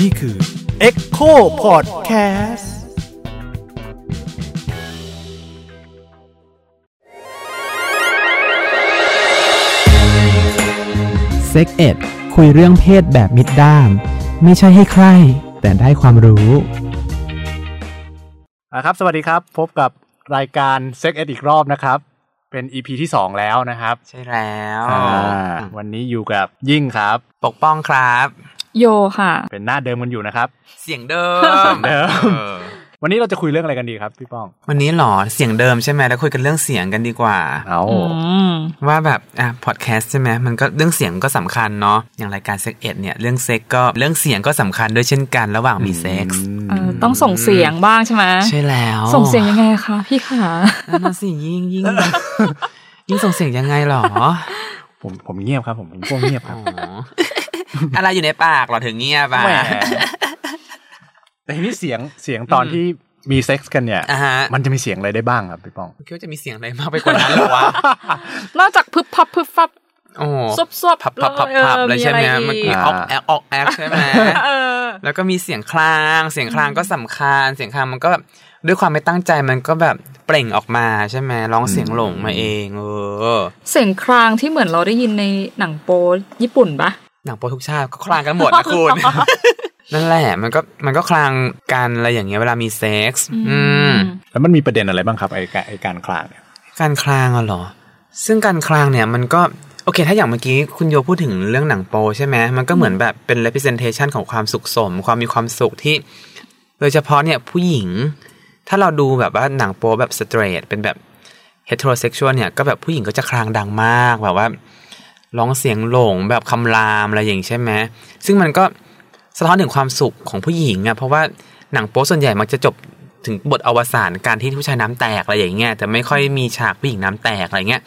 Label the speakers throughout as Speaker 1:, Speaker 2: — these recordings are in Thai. Speaker 1: นี่คือ Echo Podcast
Speaker 2: เซ็กเอ็ดคุยเรื่องเพศแบบมิดด้าม ไม่ใช่ให้ใคร แต่ได้ความรู้
Speaker 3: นะครับ สวัสดีครับ พบกับรายการ Sex Ed อีกรอบนะครับ เป็น EP ที่ 2 แล้วนะครับ
Speaker 4: ใช่แล้ว
Speaker 3: อ่าวันนี้อยู่กับยิ่งครับ
Speaker 4: ปกป้องครับ
Speaker 5: โยค่ะ
Speaker 3: เป็นหน้าเดิมกันอยู่นะครับ
Speaker 4: เสียงเดิม
Speaker 3: เดิม
Speaker 4: เออ
Speaker 3: วันนี้เราจะคุยเรื่องอะไรกันดีครับพี่ป้อง
Speaker 4: วันนี้หรอเสียงเดิมใช่ไหมแล้วคุยกันเรื่องเสียงกันดีกว่า
Speaker 3: เอา
Speaker 5: อืม
Speaker 4: ว่าแบบอ่ะพอดแคสต์ใช่ไหมมันก็เรื่องเสียงก็สำคัญเนาะอย่างรายการเซ็กเอ็ดเนี่ยเรื่องเซ็กก็เรื่องเสียงก็สำคัญด้วยเช่นกันระหว่างมีเซ็กซ์
Speaker 5: เออ ต้องส่งเสียงบ้างใช่ไหม
Speaker 4: ใช่แล้ว
Speaker 5: ส่งเสียงยังไงคะพี่ขา
Speaker 4: นั่นนะสิยิ่งยิ่งยิ่งส่งเสียงยังไงหรอ
Speaker 3: ผมผมเงียบครับ ผมผมพวกเงียบค
Speaker 4: อ๋
Speaker 3: รับ
Speaker 4: ออะไรอยู่ในปากเหรอถึงเงียบอ่ะ
Speaker 3: แหมแต่ทีนี้เสียงเสียงตอนที่มีเซ็กซ์กันเนี่ย
Speaker 4: อ่ะฮะ
Speaker 3: มันจะมีเสียงอะไรได้บ้างครับพี่ป้อง
Speaker 4: คิดว่าจะมีเสียงอะไรมากไปกว่านั้นเหรอวะ
Speaker 5: นอกจากพึบพับพึบฟับ
Speaker 4: โอ้
Speaker 5: ซบซวบ
Speaker 4: พับพับพับพับเลยใช่ไหมมันมีอ
Speaker 3: อ่า
Speaker 4: อกแอกออกแอกใช่ไหม
Speaker 5: เออ
Speaker 4: แล้วก็มีเสียงคลาง เสียงคลางก็สำคัญ เสียงคลางมันก็แบบด้วยความไม่ตั้งใจมันก็แบบเปล่งออกมาใช่ไหมร้องเสียงหลงมาเองเออ
Speaker 5: เสียงครางที่เหมือนเราได้ยินในหนังโป๊ญี่ปุ่นปะ
Speaker 4: หนังโปรทุกชาติก็คลางกันหมดนะ คุณ นั่นแหละมันก็มันก็คลางกันอะไรอย่างเงี้ยเวลามีเซ็กซ์อืม
Speaker 3: แล้วมันมีประเด็นอะไรบ้างครับไอ้การไอ้การคลางเนี่ย
Speaker 4: การคลางอะเหรอ ซึ่งการคลางเนี่ยมันก็โอเค ถ้าอย่างเมื่อกี้คุณโยพูดถึงเรื่องหนังโปใช่ไหมมันก็เหมือนแบบเป็น representation ของความสุขสม ความมีความสุขที่ โดยเฉพาะเนี่ยผู้หญิง ถ้าเราดูแบบว่าหนังโปแบบสเตรทเป็นแบบ heterosexual เนี่ยก็แบบผู้หญิงก็จะคลางดังมากแบบว่าร้องเสียงโหลงแบบคำรามอะไรอย่างนี้ใช่ไหมซึ่งมันก็สะท้อนถึงความสุขของผู้หญิงอะเพราะว่าหนังโป๊ส่วนใหญ่มักจะจบถึงบทอวสานการที่ผู้ชายน้ำแตกอะไรอย่างเงี้ยแต่ไม่ค่อยมีฉากผู้หญิงน้ำแตกอะไรเงี้ย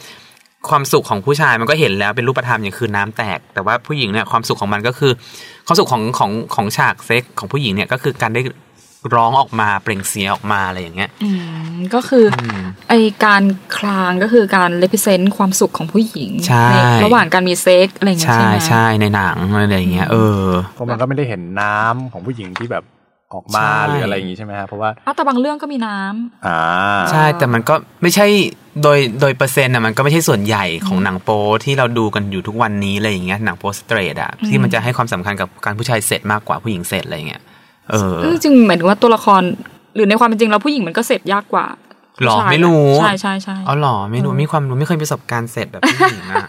Speaker 4: ความสุขของผู้ชายมันก็เห็นแล้วเป็นรูปธรรมอย่างคือน้ำแตก แต่ว่าผู้หญิงเนี่ยความสุขของมันก็คือ ความสุขของของของฉากเซ็กของผู้หญิงเนี่ยก็คือการได้ร้องออกมาเปล่งเสียงออกมาอะไรอย่างเงี้ย
Speaker 5: อืม ก็คืออไอการคลางก็คือการเลพิเซนต์ความสุขของผู้หญิง
Speaker 4: ใช่
Speaker 5: นระหว่างการมีเซ็กซ์อะไรอย่างเงี้ย
Speaker 4: ใช่
Speaker 5: ใช่ไหม
Speaker 4: ใช่ในหนังอะไรอย่างเงี้ยเออ
Speaker 3: เพราะมันก็ไม่ได้เห็นน้ำของผู้หญิงที่แบบออกมา
Speaker 4: ใช่
Speaker 3: หรืออะไรอย่างงี้ใช่ไหมฮะเพราะว่า
Speaker 5: อ้าวแต่บางเรื่องก็มีน้ำ
Speaker 3: อ่า
Speaker 4: ใช่แต่มันก็ไม่ใช่โดยโดยเปอร์เซ็นต์อะมันก็ไม่ใช่ส่วนใหญ่ของหนังโป๊ที่เราดูกันอยู่ทุกวันนี้อะไรอย่างเงี้ยหนังโป๊สเตรทอะ
Speaker 5: อืม
Speaker 4: ที่มันจะให้ความสำคัญกับการผู้ชายเสร็จมากกว่าผู้หญิงเสร็จอะไรอย่างเงี้ยเออ
Speaker 5: ซึ่งจริงหมายถึงว่าตัวละคร หรือในความเป็นจริงเราผู้หญิงมันก็เสพยากกว่า
Speaker 4: หรอ
Speaker 5: ผู้ชาย
Speaker 4: ไม่รู้
Speaker 5: ใช่ใช่ใช่
Speaker 4: อ๋อหรอไม่รู้มีความรู้ไม่เคยมีประสบการณ์เสร็จแบบผู้หญิงอะ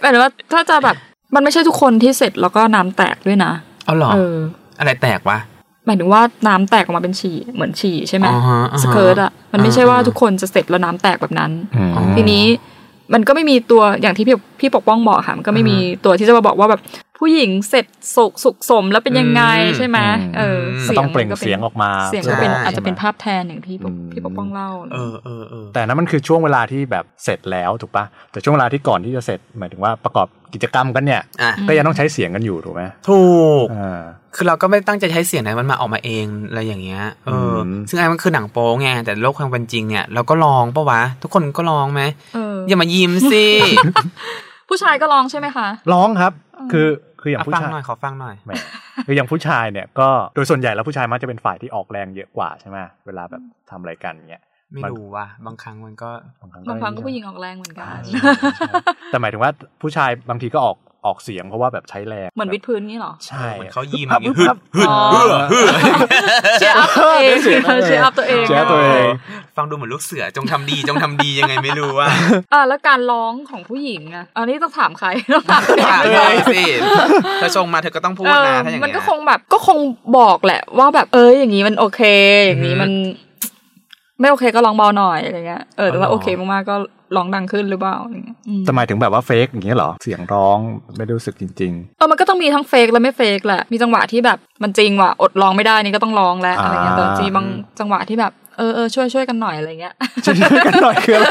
Speaker 5: หมายถึงว่าถ้าจะแบบมันไม่ใช่ทุกคนที่เสร็จแล้วก็น้ำแตกด้วยนะ
Speaker 4: อ๋อหรอ
Speaker 5: เออ
Speaker 4: อะไรแตกวะ
Speaker 5: หมายถึงว่าน้ำแตกออกมาเป็นฉี่เหมือนฉี่ใช่ไหม
Speaker 4: อ่าฮะอ่าฮะ
Speaker 5: สเกิร์ตอ่ะมันไม่ใช่ว่า
Speaker 4: อ่าฮะ
Speaker 5: ทุกคนจะเสร็จแล้วน้ำแตกแบบนั้น
Speaker 3: อืม
Speaker 5: ทีนี้มันก็ไม่มีตัวอย่างที่พี่พี่ปกป้องบอกค่ะมันก็ไม่มีตัวที่จะมาบอกว่าแบบผู้หญิงเสร็จสุขสุขสมแล้วเป็นยังไง
Speaker 4: อืม
Speaker 5: ใช่ไหมเออ
Speaker 3: ก็ต้องเปล่งเสียงออกมา
Speaker 5: เสียงก็เป็น
Speaker 4: ใช่
Speaker 5: อาจจะเป็นภาพแทนอย่างที่พี่ปกพี่ปกป้องเล่า
Speaker 4: เออเออเออ
Speaker 3: แต่นั้นมันคือช่วงเวลาที่แบบเสร็จแล้วถูกปะแต่ช่วงเวลาที่ก่อนที่จะเสร็จหมายถึงว่าประกอบกิจกรรมกันเนี่ย
Speaker 4: อ่ะ
Speaker 3: ก็ยังต้องใช้เสียงกันอยู่ถูกไหม
Speaker 4: ถูก
Speaker 3: อ่า
Speaker 4: คือเราก็ไม่ได้ตั้งใจใช้เสียงไหนมันมาออกมาเองอะไรอย่างเงี้ย เอออ
Speaker 3: ม
Speaker 4: ซึ่งอันมันคือหนังโป๊ไง แต่โลกความเป็นจริงเนี่ยเราก็ลองปะวะ ทุกคนก็ลองไหม
Speaker 5: เออ
Speaker 4: อย่ามายิ้มสิ
Speaker 5: ผู้ชายก็ร้องใช่ไหมคะ
Speaker 3: ร้องครับ คือคืออย่าง
Speaker 4: อ่ะ
Speaker 3: ผู้
Speaker 4: ฟัง
Speaker 3: ชาย
Speaker 4: หน่อยขอฟังหน่อย
Speaker 3: แหมคืออย่างผู้ชายเนี่ยก็โดยส่วนใหญ่แล้วผู้ชายมักจะเป็นฝ่ายที่ออกแรงเยอะกว่าใช่ไหมเวลาแบบทำอะไรกันเงี้ย
Speaker 4: ไม่รู้ว่ะ บางครั้งมันก็
Speaker 3: บางครั้ง
Speaker 5: บางครั้งก็ผู้หญิงออกแรงเหมือนกัน
Speaker 3: แต่หมายถึงว่าผู้ชายบางทีก็ออกออกเสียงเพราะว่าแบบใช้แรง
Speaker 5: เหมือนวิดพื้นนี่หรอ
Speaker 3: ใช่
Speaker 4: เหมือนเขายิ้ม
Speaker 3: พับ
Speaker 4: อย่างเงี้ย
Speaker 3: พับพับ
Speaker 5: อ๋อ เชียร์อัพตัวเองเชียร์อัพตัวเอง
Speaker 3: ชียร์ ตัวเอง
Speaker 4: ฟังดูเหมือนลูกเสือจงทำดีจงทำดียังไงไม่รู้ ว่า
Speaker 5: อ่ะแล้วการร้องของผู้หญิงอ่ะ อันนี้ต้องถามใครต้องถามตัวเอง
Speaker 4: ถามเล
Speaker 5: ด้วย
Speaker 4: ยสิเธอชงมาเธอก็ต้องพูด
Speaker 5: เออ
Speaker 4: นะถ้าอย่าง
Speaker 5: มัน
Speaker 4: เงี้
Speaker 5: ก็ค
Speaker 4: ย
Speaker 5: งแบบก็คงบอกแหละ ว่าแบบเอออย่างนี้มันโอเค อย่างนี้มัน ไม่โอเคก็ร้องเบาหน่อยอะไรเงี้ยเออหรือว่า
Speaker 4: อ๋
Speaker 5: โอ
Speaker 4: อ
Speaker 5: เคมากๆก็ร้องดังขึ้นหรือเปล่าอะไรเงี้ยอืม
Speaker 3: แต่หมายถึงแบบว่าเฟกอย่างเงี้ยเหรอเสียงร้องไม่ได้รู้สึกจริง
Speaker 5: เออมันก็ต้องมีทั้งเฟกและไม่เฟกแหละมีจังหวะที่แบบมันจริงว่ะอดร้องไม่ได้นี่ก็ต้องร้องแล้วอะไรเงี้ยแต่
Speaker 3: อ่า
Speaker 5: จริงๆบางจังหวะที่แบบเออเออช่วยช่วยกันหน่อยอะไรเงี้ย
Speaker 3: ๆช่วยกันหน่อยคืออะไร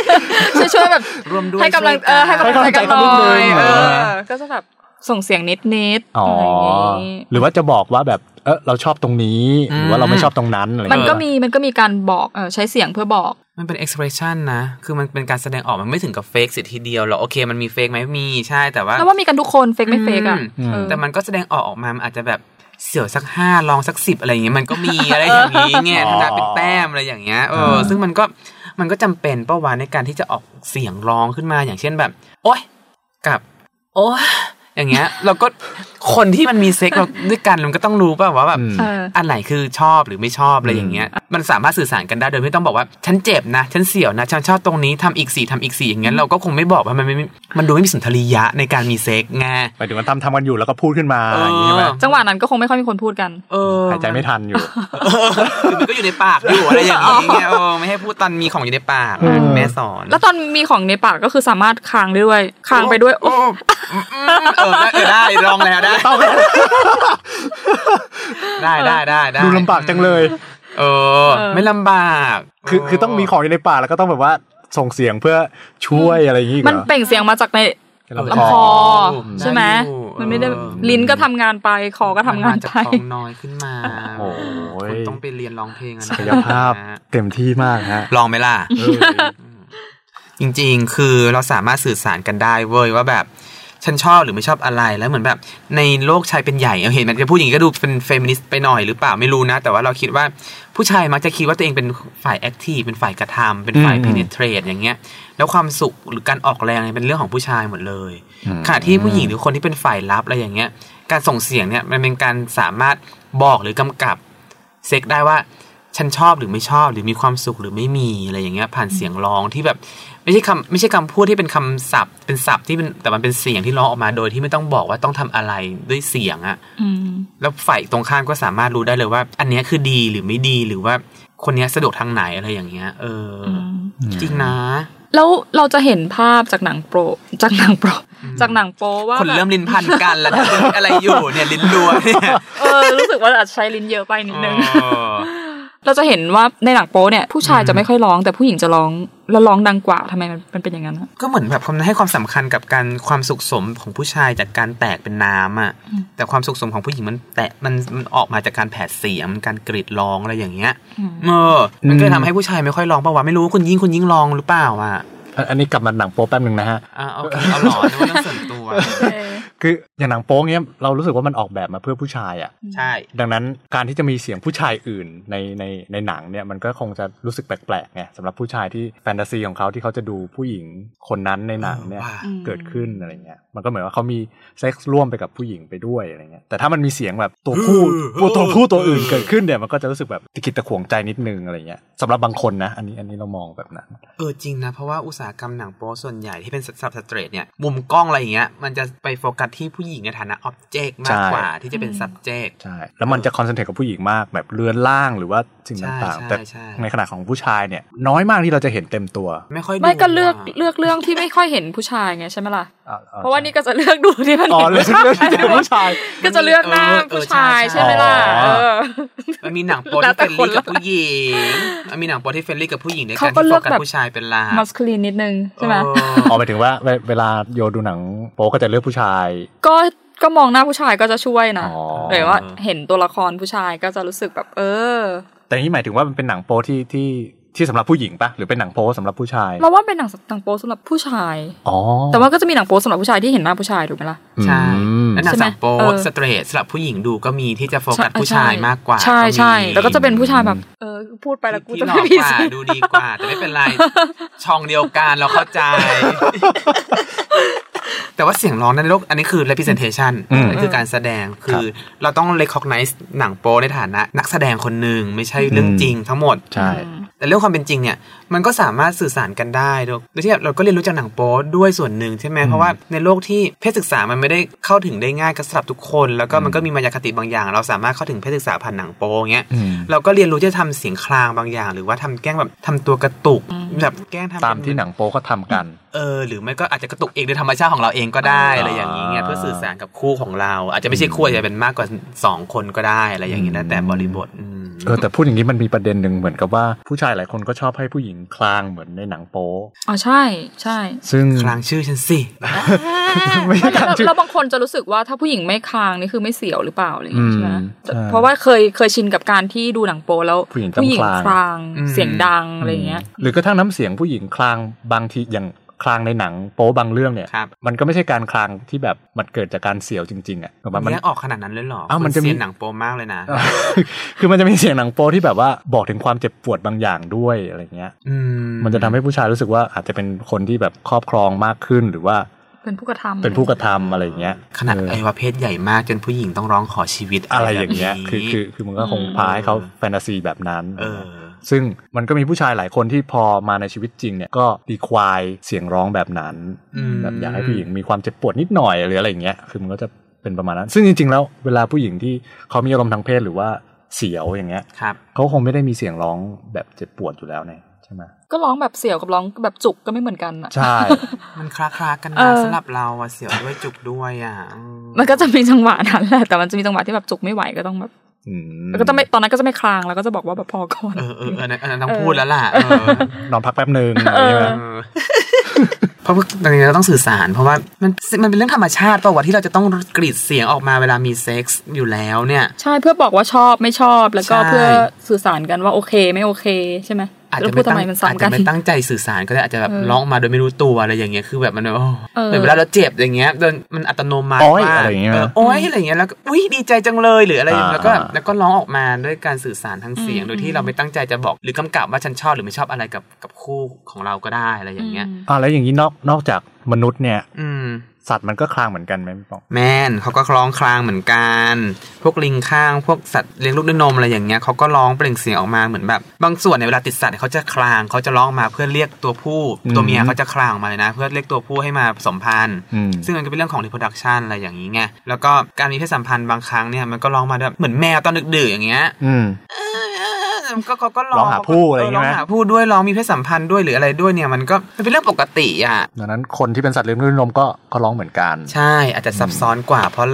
Speaker 5: ช่วยช่วยแบบ
Speaker 4: รวมด้วย
Speaker 5: ให้กำลั
Speaker 4: ช่ว
Speaker 5: ง
Speaker 4: ยกัน
Speaker 5: เออให้กำลังใจกัน
Speaker 3: ให้กำลังใจ
Speaker 5: หน่อย
Speaker 3: กันนิดนึง
Speaker 5: เออก็จะแบบส่งเสียงนิดนิดๆ
Speaker 3: อ๋อ
Speaker 5: อะไรอย่างงี้
Speaker 3: หรือว่าจะบอกว่าแบบเออเราชอบตรงนี้ หรือว่าเราไม่ชอบตรงนั้นอะไร
Speaker 5: มัน
Speaker 3: เงี้ย
Speaker 5: ก็มีมันก็มีการบอกเออใช้เสียงเพื่อบอก
Speaker 4: มันเป็น expression นะ คือมันเป็นการแสดงออกมันไม่ถึงกับเฟกสิทีเดียวหรอกโอเค มันมีเฟกไหมมีใช่แต่ว่า
Speaker 5: แล้วว่ามีกันทุกคนเฟกไม่เฟกอ่ะ
Speaker 4: ม
Speaker 5: เออ
Speaker 4: แต่มันก็แสดงออกออกมามันอาจจะแบบเสี่ยวสักห้าลองสักสิบอะไรอย่างเงี้ยมันก็มีอะไรอย่างงี้เงี้ย
Speaker 3: อ๋
Speaker 4: ธ
Speaker 3: อ
Speaker 4: นาเป็นแต้มอะไรอย่างเงี้ยเอออ
Speaker 2: ม
Speaker 4: ซึ่งมันก็มันก็จำเป็นเป้าวานในการที่จะออกเสียงร้องขึ้นมาอย่างเช่นแบบ โอ๊ยกับ โอ้อย่างเงี้ย เราก็คนที่มันมีเซ็กเราด้วยกันมันก็ต้องรู้ป่ะว่าแบบ
Speaker 5: เออ
Speaker 4: อันไหนคือชอบหรือไม่ชอบอะไรอย่างเงี้ย มันสามารถสื่อสารกันได้โดยไม่ต้องบอกว่า ฉันเจ็บนะ ฉันเสียวนะฉันชอบตรงนี้ทำอีกสี่ทำอีกสี่อย่างเงี้ยเราก็คงไม่บอกว่ามันไม่มันดูไม่มีสุนทรียะในการมีเซ็กไง
Speaker 3: หมายถึงมันทำทำกันอยู่แล้วก็พูดขึ้นมา
Speaker 4: เอออ
Speaker 3: อย่างนี้ใช่ไหม
Speaker 5: จังหวะนั้นก็คงไม่ค่อยมีคนพูดกัน
Speaker 4: เออ
Speaker 3: หายใจไม่ทันอยู่
Speaker 4: เออคือมันก็อยู่ในปากอยู่อะไรอย่างเงี้ยเออไม่ให้พูดตอนมีของอยู่ในปากนะแม่สอน
Speaker 5: แล้วตอนมีของในปากก็คือสามารถค้างได้ด้วยค้างไปด้วยโอ้
Speaker 4: โอ้อืมเออได้เออได้ลองแล้วได้ได้ได้ได้ได้
Speaker 3: ดูลำบากจังเลย
Speaker 4: เออ ไม่ลำบาก
Speaker 3: คือคือต้องมีของอยู่ในป่ากแล้วก็ต้องแบบว่าส่งเสียงเพื่อช่วยอะไรอย่างนี้อีก
Speaker 5: มัน
Speaker 3: เหรอ
Speaker 5: เปล่งเสียงมาจากใน
Speaker 3: ลำ
Speaker 5: ลำ
Speaker 3: ค
Speaker 5: ค
Speaker 3: อ
Speaker 5: อ
Speaker 4: อื
Speaker 5: ใช่ไหม
Speaker 4: ด้อยู่
Speaker 5: มันไม่ได้
Speaker 4: เออ
Speaker 5: ลิ้นก็ทำงานไปคอก็ทำงาน
Speaker 4: มัมจ
Speaker 5: ไป
Speaker 4: กท้องน้อยขึ้นมา
Speaker 3: โอ้ย
Speaker 4: คุณต้องไปเรียนร้องเพลงอะนะ
Speaker 3: ศักยภาพเต็มที่มากฮะ
Speaker 4: ลองไหมล่ะ จริง ๆ คือเราสามารถสื่อสารกันได้เว้ยว่าแบบ ฉันชอบหรือไม่ชอบอะไรแล้วเหมือนแบบ ในโลกชายเป็นใหญ่เอาเห็นมันจะพูดอย่างนี้ก็ดูเป็นเฟมินิสต์ไปหน่อยหรือเปล่าไม่รู้นะ แต่ว่าเราคิดว่าผู้ชายมักจะคิดว่าตัวเองเป็นฝ่ายแอคทีฟเป็นฝ่ายกระทำเป็นฝ่าย
Speaker 3: อืม
Speaker 4: เพนเทรตอย่างเงี้ย แล้วความสุขหรือการออกแรงเนี่ยเป็นเรื่องของผู้ชายหมดเลย ขณะที่ผู้หญิงหรือคนที่เป็นฝ่ายรับอะไรอย่างเงี้ย การส่งเสียงเนี่ยมันเป็นการสามารถบอกหรือกำกับเซ็กได้ว่า ฉันชอบหรือไม่ชอบหรือมีความสุขหรือไม่มีอะไรอย่างเงี้ยผ่านเสียงร้องที่แบบ ไม่ใช่คำไม่ใช่คำพูดที่เป็นคำศัพท์ เป็นศัพท์ที่เป็นแต่มันเป็นเสียงที่ร้องออกมาโดยที่ไม่ต้องบอกว่าต้องทำอะไรด้วยเสียงอะ
Speaker 5: อืม
Speaker 4: แล้วฝ่ายตรงข้ามก็สามารถรู้ได้เลยว่า อันเนี้ยคือดีหรือไม่ดีหรือว่าคนเนี้ยสะดวกทางไหนอะไรอย่างเงี้ย เอออ
Speaker 5: ม
Speaker 4: จริงนะ
Speaker 5: แล้วเราจะเห็นภาพจากหนังโปรจากหนังโปรจากหนังโปว่า
Speaker 4: คน
Speaker 5: แบบ
Speaker 4: เริ่มลิ้นพันกัน แล้วนะอะไรอยู่เนี่ยลิ้นรัวเนี่ย
Speaker 5: เออรู้สึกว่าอาจใช้ลิ้นเยอะไปนิดนึง
Speaker 4: เออ
Speaker 5: เราจะเห็นว่าในหนังโป๊เนี่ยผู้ชายจะไม่ค่อยร้องแต่ผู้หญิงจะร้องแล้วร้องดังกว่าทำไมมันมันเป็นอย่างนั้นอะ
Speaker 4: ก็เหมือนแบบความให้ความสำคัญกับการความสุขสมของผู้ชายจากการแตกเป็นน้ำอ่ะ แต่ความสุขสมของผู้หญิงมันแตะมันมันออกมาจากการแผดเสียงมันการกรีดร้องอะไรอย่างเงี้ยเออมันก็เลยทำให้ผู้ชายไม่ค่อยร้องปะวะไม่รู้คุณยิ่งคุณยิ่งร้องหรือเปล่าอ่ะ
Speaker 3: อันอันนี้กลับมาหนังโป๊แป๊บหนึ่งนะฮะ
Speaker 4: อ่ะโอเคเอาหรอนึกว่าเรื่องส่วนตัว
Speaker 3: คืออย่างหนังโป๊เนี้ยเรารู้สึกว่ามันออกแบบมาเพื่อผู้ชายอ่ะ
Speaker 4: ใช่
Speaker 3: ดังนั้นการที่จะมีเสียงผู้ชายอื่นในในในหนังเนี่ยมันก็คงจะรู้สึกแปลกๆไงสำหรับผู้ชายที่แฟนตาซีของเขาที่เขาจะดูผู้หญิงคนนั้นในหนังเนี่ย
Speaker 4: ว่า
Speaker 3: เกิดขึ้นอะไรเงี้ย มันก็เหมือนว่าเขามีเซ็กซ์ร่วมไปกับผู้หญิงไปด้วยอะไรเงี้ย แต่ถ้ามันมีเสียงแบบตัวผู้ตัวตัวผู้ตัวอื่นเกิดขึ้นเนี่ย มันก็จะรู้สึกแบบตะกิดตะขวงใจนิดนึงอะไรเงี้ยสำหรับบางคนนะ อันนี้อันนี้เรามองแบบนั้น
Speaker 4: เออจริงนะ เพราะว่าอุตสาหกรรมหนังโป๊ส่วนใหญ่ที่เป็นสับสเตรทเนี่ยมุมกล้องอะไรอย่างเงี้ยมันจะไปโฟกัสที่ผู้หญิงในฐานะอ็อบเจกต์มากกว่าที่จะเป็น subject
Speaker 3: ใช่ แล้วมันจะคอนเซนเทรตกับผู้หญิงมากแบบเรือนร่างหรือว่าสิ่งต่าง
Speaker 4: ใช่
Speaker 3: ๆ แต่
Speaker 4: ใช่
Speaker 3: ในขณะของผู้ชายเนี่ย น้อยมากที่เราจะเห็นเต็มตัว
Speaker 4: ไม่ค่อยดู
Speaker 5: ไม่ก็เลือก
Speaker 4: ะ
Speaker 5: เลือกเรื่องที่ไม่ค่อยเห็นผู้ชายไงใช่ไหมล่ะ
Speaker 3: อ่อ่
Speaker 5: เพราะว่านี่ก็จะเลือกดูที่มัน
Speaker 3: อ๋อ
Speaker 5: เห็น
Speaker 3: เลย
Speaker 5: ผู้ชาย
Speaker 3: เรื่องที่เจอผู้ชาย
Speaker 5: ก็จะเลือกหน้า
Speaker 4: เออเออ
Speaker 5: ผู้ชาย
Speaker 4: ใช่
Speaker 5: ใช่ไหมล่ะ
Speaker 3: อ๋อ
Speaker 5: เออ
Speaker 4: มันมีหนังโป๊
Speaker 5: แล้
Speaker 4: ที่
Speaker 5: วแต่
Speaker 4: เฟรน
Speaker 5: คน
Speaker 4: ลี่กับ
Speaker 5: ละ
Speaker 4: ผู้หญิงมันมีหนังโป๊ที่เฟรนลี่กับผู้หญิงในการ
Speaker 5: เขาก็
Speaker 4: ที่
Speaker 5: เลื
Speaker 4: โฟ
Speaker 5: อก
Speaker 4: กัส
Speaker 5: แบบ
Speaker 4: ผู้ชายเป็นหลก
Speaker 5: มัสคลีนนิดนึงใช่ไหม
Speaker 4: เอ
Speaker 3: อ๋อ
Speaker 4: อ
Speaker 3: หมายถึงว่าเวเวลาโยดูหนังโป๊ก็จะเลือกผู้ชาย
Speaker 5: ก็ก็มองหน้าผู้ชายก็จะช่วยนะ
Speaker 3: อ๋อ
Speaker 5: หรือว่าเห็นตัวละครผู้ชายก็จะรู้สึกแบบ เออ
Speaker 3: แต่นี่หมายถึงว่ามันเป็นหนังโป๊ที่ที่ที่สำหรับผู้หญิงปะหรือเป็นหนังโป๊สำหรับผู้ชาย
Speaker 5: เราว่าเป็นหนังหนังโป๊สำหรับผู้ชาย
Speaker 3: อ๋อ
Speaker 5: แต่ว่าก็จะมีหนังโป๊สำหรับผู้ชายที่เห็นหน้าผู้ชายถูกไหมล่ะ
Speaker 4: ใช่แล้วหนัง
Speaker 5: ใช่ไหม
Speaker 4: สังโป๊
Speaker 5: เออ
Speaker 4: สเตรทสำหรับผู้หญิงดูก็มีที่จะโฟกัสผู้ชายมากกว่า
Speaker 5: ใช่
Speaker 4: ก็มี
Speaker 5: ใช่แล้วก็จะเป็นผู้ชายแบบเออพูดไปแล้วกู
Speaker 4: ที่
Speaker 5: จะ
Speaker 4: หล่อก
Speaker 5: ไม่ผิด
Speaker 4: ว่า
Speaker 5: ศีล
Speaker 4: ดูดีกว่า แต่ไม่เป็น ไร ช่องเดียวกันเราเข้าใจ แต่ว่าเสียงร้องในโลกอันนี้คือ representation
Speaker 3: อืม
Speaker 4: นั่นคือการแสดงคือเราต้อง recognize หนังโป๊ในฐานะ นักแสดงคนหนึ่งไม่ใช่เรื่องจริงทั้งหมด
Speaker 3: ใช่
Speaker 4: แต่เรื่องความเป็นจริงเนี่ยมันก็สามารถสื่อสารกันได้โดยโดยที่แบบเราก็เรียนรู้จากหนังโป๊ด้วยส่วนหนึ่งใช่ไหมเพราะว่าในโลกที่เพศศึกษามันไม่ได้เข้าถึงได้ง่ายกับสำหรับทุกคน แล้วก็มันก็มีมายาคติบางอย่าง เราสามารถเข้าถึงเพศศึกษาผ่านหนังโป๊เงี้ย
Speaker 3: อืม
Speaker 4: เราก็เรียนรู้ที่จะทำเสียงคลางบางอย่าง หรือว่าทำแกล้งแบบทำตัวกระตุกแบบแกล้งทำ
Speaker 3: ตามที่หนังโป๊ก็ทำกัน
Speaker 4: เออหรือไม่ก็อาจจะกระตุกเองโดยธรรมชาติของเราเองก็ได้อะไรอย่างนี้เงี้ย
Speaker 3: อ่า
Speaker 4: เพื่อสื่อสารกับคู่ของเรา อาจจะไม่ใช่คู่อาจจะเป็นมากกว่าสองคนก็ได้อะไรอย่างนี้แล้วแต่บริบทอืม
Speaker 3: เออแต่พูดอย่างนี้มันมีประเด็นหนึ่งเหมือนกับว่าผู้ชายหลายคนก็ชอบให้ผู้หญิงคลางเหมือนในหนังโป๊
Speaker 5: อ๋อใช่ใช่
Speaker 3: ซึ่ง
Speaker 4: คลางชื่อฉันสิ
Speaker 3: ไม่ใช่การ
Speaker 5: แล้ว
Speaker 3: ชื่อ
Speaker 5: แล้วบางคนจะรู้สึกว่าถ้าผู้หญิงไม่คางนี่คือไม่เสียวหรือเปล่าอะไรอย่างเงี้ยใช่ไหม
Speaker 3: อืมใช่
Speaker 5: เพราะว่าเคยเคยชินกับการที่ดูหนังโปแล้ว
Speaker 3: ผู้หญิงต้อง
Speaker 5: ผู้หญิง
Speaker 3: คลาง
Speaker 5: คลางเสียงดังอะไรอย่างเงี้ย
Speaker 3: หรือกระทั่งน้ำเสียงผู้หญิงคลางบางทีอย่างคลางในหนังโป๊บางเรื่องเนี่ย
Speaker 4: ครับ
Speaker 3: มันก็ไม่ใช่การคลางที่แบบมันเกิดจากการเสียวจริง ๆอ่ะแบบว่า
Speaker 4: มั
Speaker 3: มันน
Speaker 4: แยกออกขนาดนั้นเลยเหรอ
Speaker 3: อ้าวมัน
Speaker 4: คุณ
Speaker 3: จะมี
Speaker 4: เสียหนังโปมากเลยนะ
Speaker 3: คือมันจะมีเสียงหนังโป๊ที่แบบว่าบอกถึงความเจ็บปวดบางอย่างด้วยอะไรเงี้ย
Speaker 4: อื
Speaker 3: มันจะทำให้ผู้ชายรู้สึกว่าอาจจะเป็นคนที่แบบครอบครองมากขึ้น หรือว่า
Speaker 5: เป็นผู้กระทำ
Speaker 3: เป็นผู้กระทำอะไรเงี้ย
Speaker 4: ขนาด
Speaker 3: เออ
Speaker 4: ไอวาเพศใหญ่มากจนผู้หญิงต้องร้องขอชีวิต
Speaker 3: อะไรอย่างเงี้ย
Speaker 4: แบบ
Speaker 3: คือ
Speaker 4: นี้
Speaker 3: คือคือมันก็คงพาให้เขาแฟนตาซีแบบนั้น
Speaker 4: เออ
Speaker 3: ซึ่งมันก็มีผู้ชายหลายคนที่พอมาในชีวิตจริงเนี่ยก็ดีควายเสียงร้องแบบนั้น
Speaker 4: อืม
Speaker 3: แบบอยากให้ผู้หญิงมีความเจ็บปวดนิดหน่อยหรืออะไรอย่างเงี้ยคือมันก็จะเป็นประมาณนั้น ซึ่งจริง ๆ แล้วเวลาผู้หญิงที่เขามีอารมณ์ทางเพศหรือว่าเสียวอย่างเงี้ย
Speaker 4: ครับ
Speaker 3: เขาคงไม่ได้มีเสียงร้องแบบเจ็บปวดอยู่แล้วเนี่ยใช่ไหม
Speaker 5: ก็ร้องแบบเสียวกับร้องแบบจุกก็ไม่เหมือนกันอ่ะ
Speaker 3: ใช่
Speaker 4: มันคลาคลาๆกัน
Speaker 5: เอ
Speaker 4: นะ
Speaker 5: อ
Speaker 4: สำหรับเราอะเสียวด้วยจุกด้วยอะอืม
Speaker 5: มันก็จะมีจังหวะนั้นแหละแต่มันจะมีจังหวะที่แบบจุกไม่ไหวก็ต้องแบบ
Speaker 3: อืม
Speaker 5: แล้วก็จะไม่ตอนนั้นก็จะไม่คลางแล้วก็จะบอกว่าแบบพอก่อน
Speaker 4: เออเออเอออันนั้นอันนั้นต้องพูดแล้วล่ะเออน
Speaker 3: อนพักแป๊บหนึ่งอะไรเงี้ย
Speaker 4: เออเพราะว่าตอนนี้เราต้องสื่อสาร เพราะว่ามันมันเป็นเรื่องธรรมชาติเปล่าวะที่เราจะต้องกรีดเสียงออกมาเวลามีเซ็กส์อยู่แล้วเนี่ย
Speaker 5: ใช่เพื่อบอกว่าชอบไม่ชอบแล้วก็
Speaker 4: ใช่
Speaker 5: เพื่อสื่อสารกันว่าโอเคไม่โอเคใช่ไหม
Speaker 4: อาจ
Speaker 5: แล้ว
Speaker 4: จะ
Speaker 5: พู
Speaker 4: ไม่
Speaker 5: ดทำ
Speaker 4: ตั้งอาจ
Speaker 5: ไมมันซ้ำกั
Speaker 4: จะ
Speaker 5: น
Speaker 4: ไม่ตั้งใจสื่อสารก็ได้อาจจะแบบ
Speaker 5: เออ
Speaker 4: ร้องมาโดยไม่รู้ตัวอะไรอย่างเงี้ยคือแบบมันแบบโอ้
Speaker 5: เออ
Speaker 4: เหมือนเวลาเราเจ็บอย่างเงี้ยโดนมันอัตโนมัติ
Speaker 3: อ้อย
Speaker 4: ว่า
Speaker 3: อะไรอย่างเงี้ย
Speaker 4: เออโอ้ยอะไรอย่างเงี้ยแล้วก็อุ้ยดีใจจังเลยหรืออะไรอย่างเงี้ยแล้วก็
Speaker 3: อ่าอ่า
Speaker 4: แล้วก็ร้องออกมาด้วยการสื่อสารทางเสียง โดยที่เราไม่ตั้งใจจะบอกหรือกำกับว่าฉันชอบหรือไม่ชอบอะไรกับกับคู่ของเราก็ได้อะไรอย่างเงี้ย
Speaker 3: อ่าแล้วอย่างนี้นอกนอกจากมนุษย์เนี่ย
Speaker 4: อืม
Speaker 3: สัตว์มันก็คลางเหมือนกันไหมพี่ปอง
Speaker 4: แมนเขาก็ร้องครางเหมือนกัน พวกลิงข้างพวกสัตว์เลี้ยงลูกด้วยนมอะไรอย่างเงี้ยเขาก็ร้องเปล่งเสียงออกมาเหมือนแบบ บางส่วนในยเวลาติดสัตว์เนี่ยเขาจะครางเขาจะร้องมาเพื่อเรียกตัวผู้
Speaker 3: อืม
Speaker 4: ตัวเมียเขาจะครางออกมาเลยนะ เพื่อเรียกตัวผู้ให้มาผสมพันธุ์
Speaker 3: อืม
Speaker 4: ซึ่งมันก็เป็นเรื่องของ reproduction อะไรอย่างนี้ไงแล้วก็การมีเพศสัมพันธ์บางครั้งเนี่ยมันก็ร้องมาด้วยเหมือนแมวตอนดึกๆอย่างเงี้ย
Speaker 3: อืม
Speaker 4: ก็เขาก็
Speaker 3: ร้องหาผู้อะไรอย่างงี้
Speaker 4: ร้อง
Speaker 3: ไหม
Speaker 4: หาผู้ด้วยร้องมีเพศสัมพันธ์ด้วยหรืออะไรด้วยเนี่ยมันก็มันเป็นเรื่องปกติอ่ะ
Speaker 3: ดังนั้นคนที่เป็นสัตว์เลี้ยงด้วยนมก็ก็ร้องเหมือนกัน
Speaker 4: ใช่อาจจะซับซ้อนกว่า เพราะ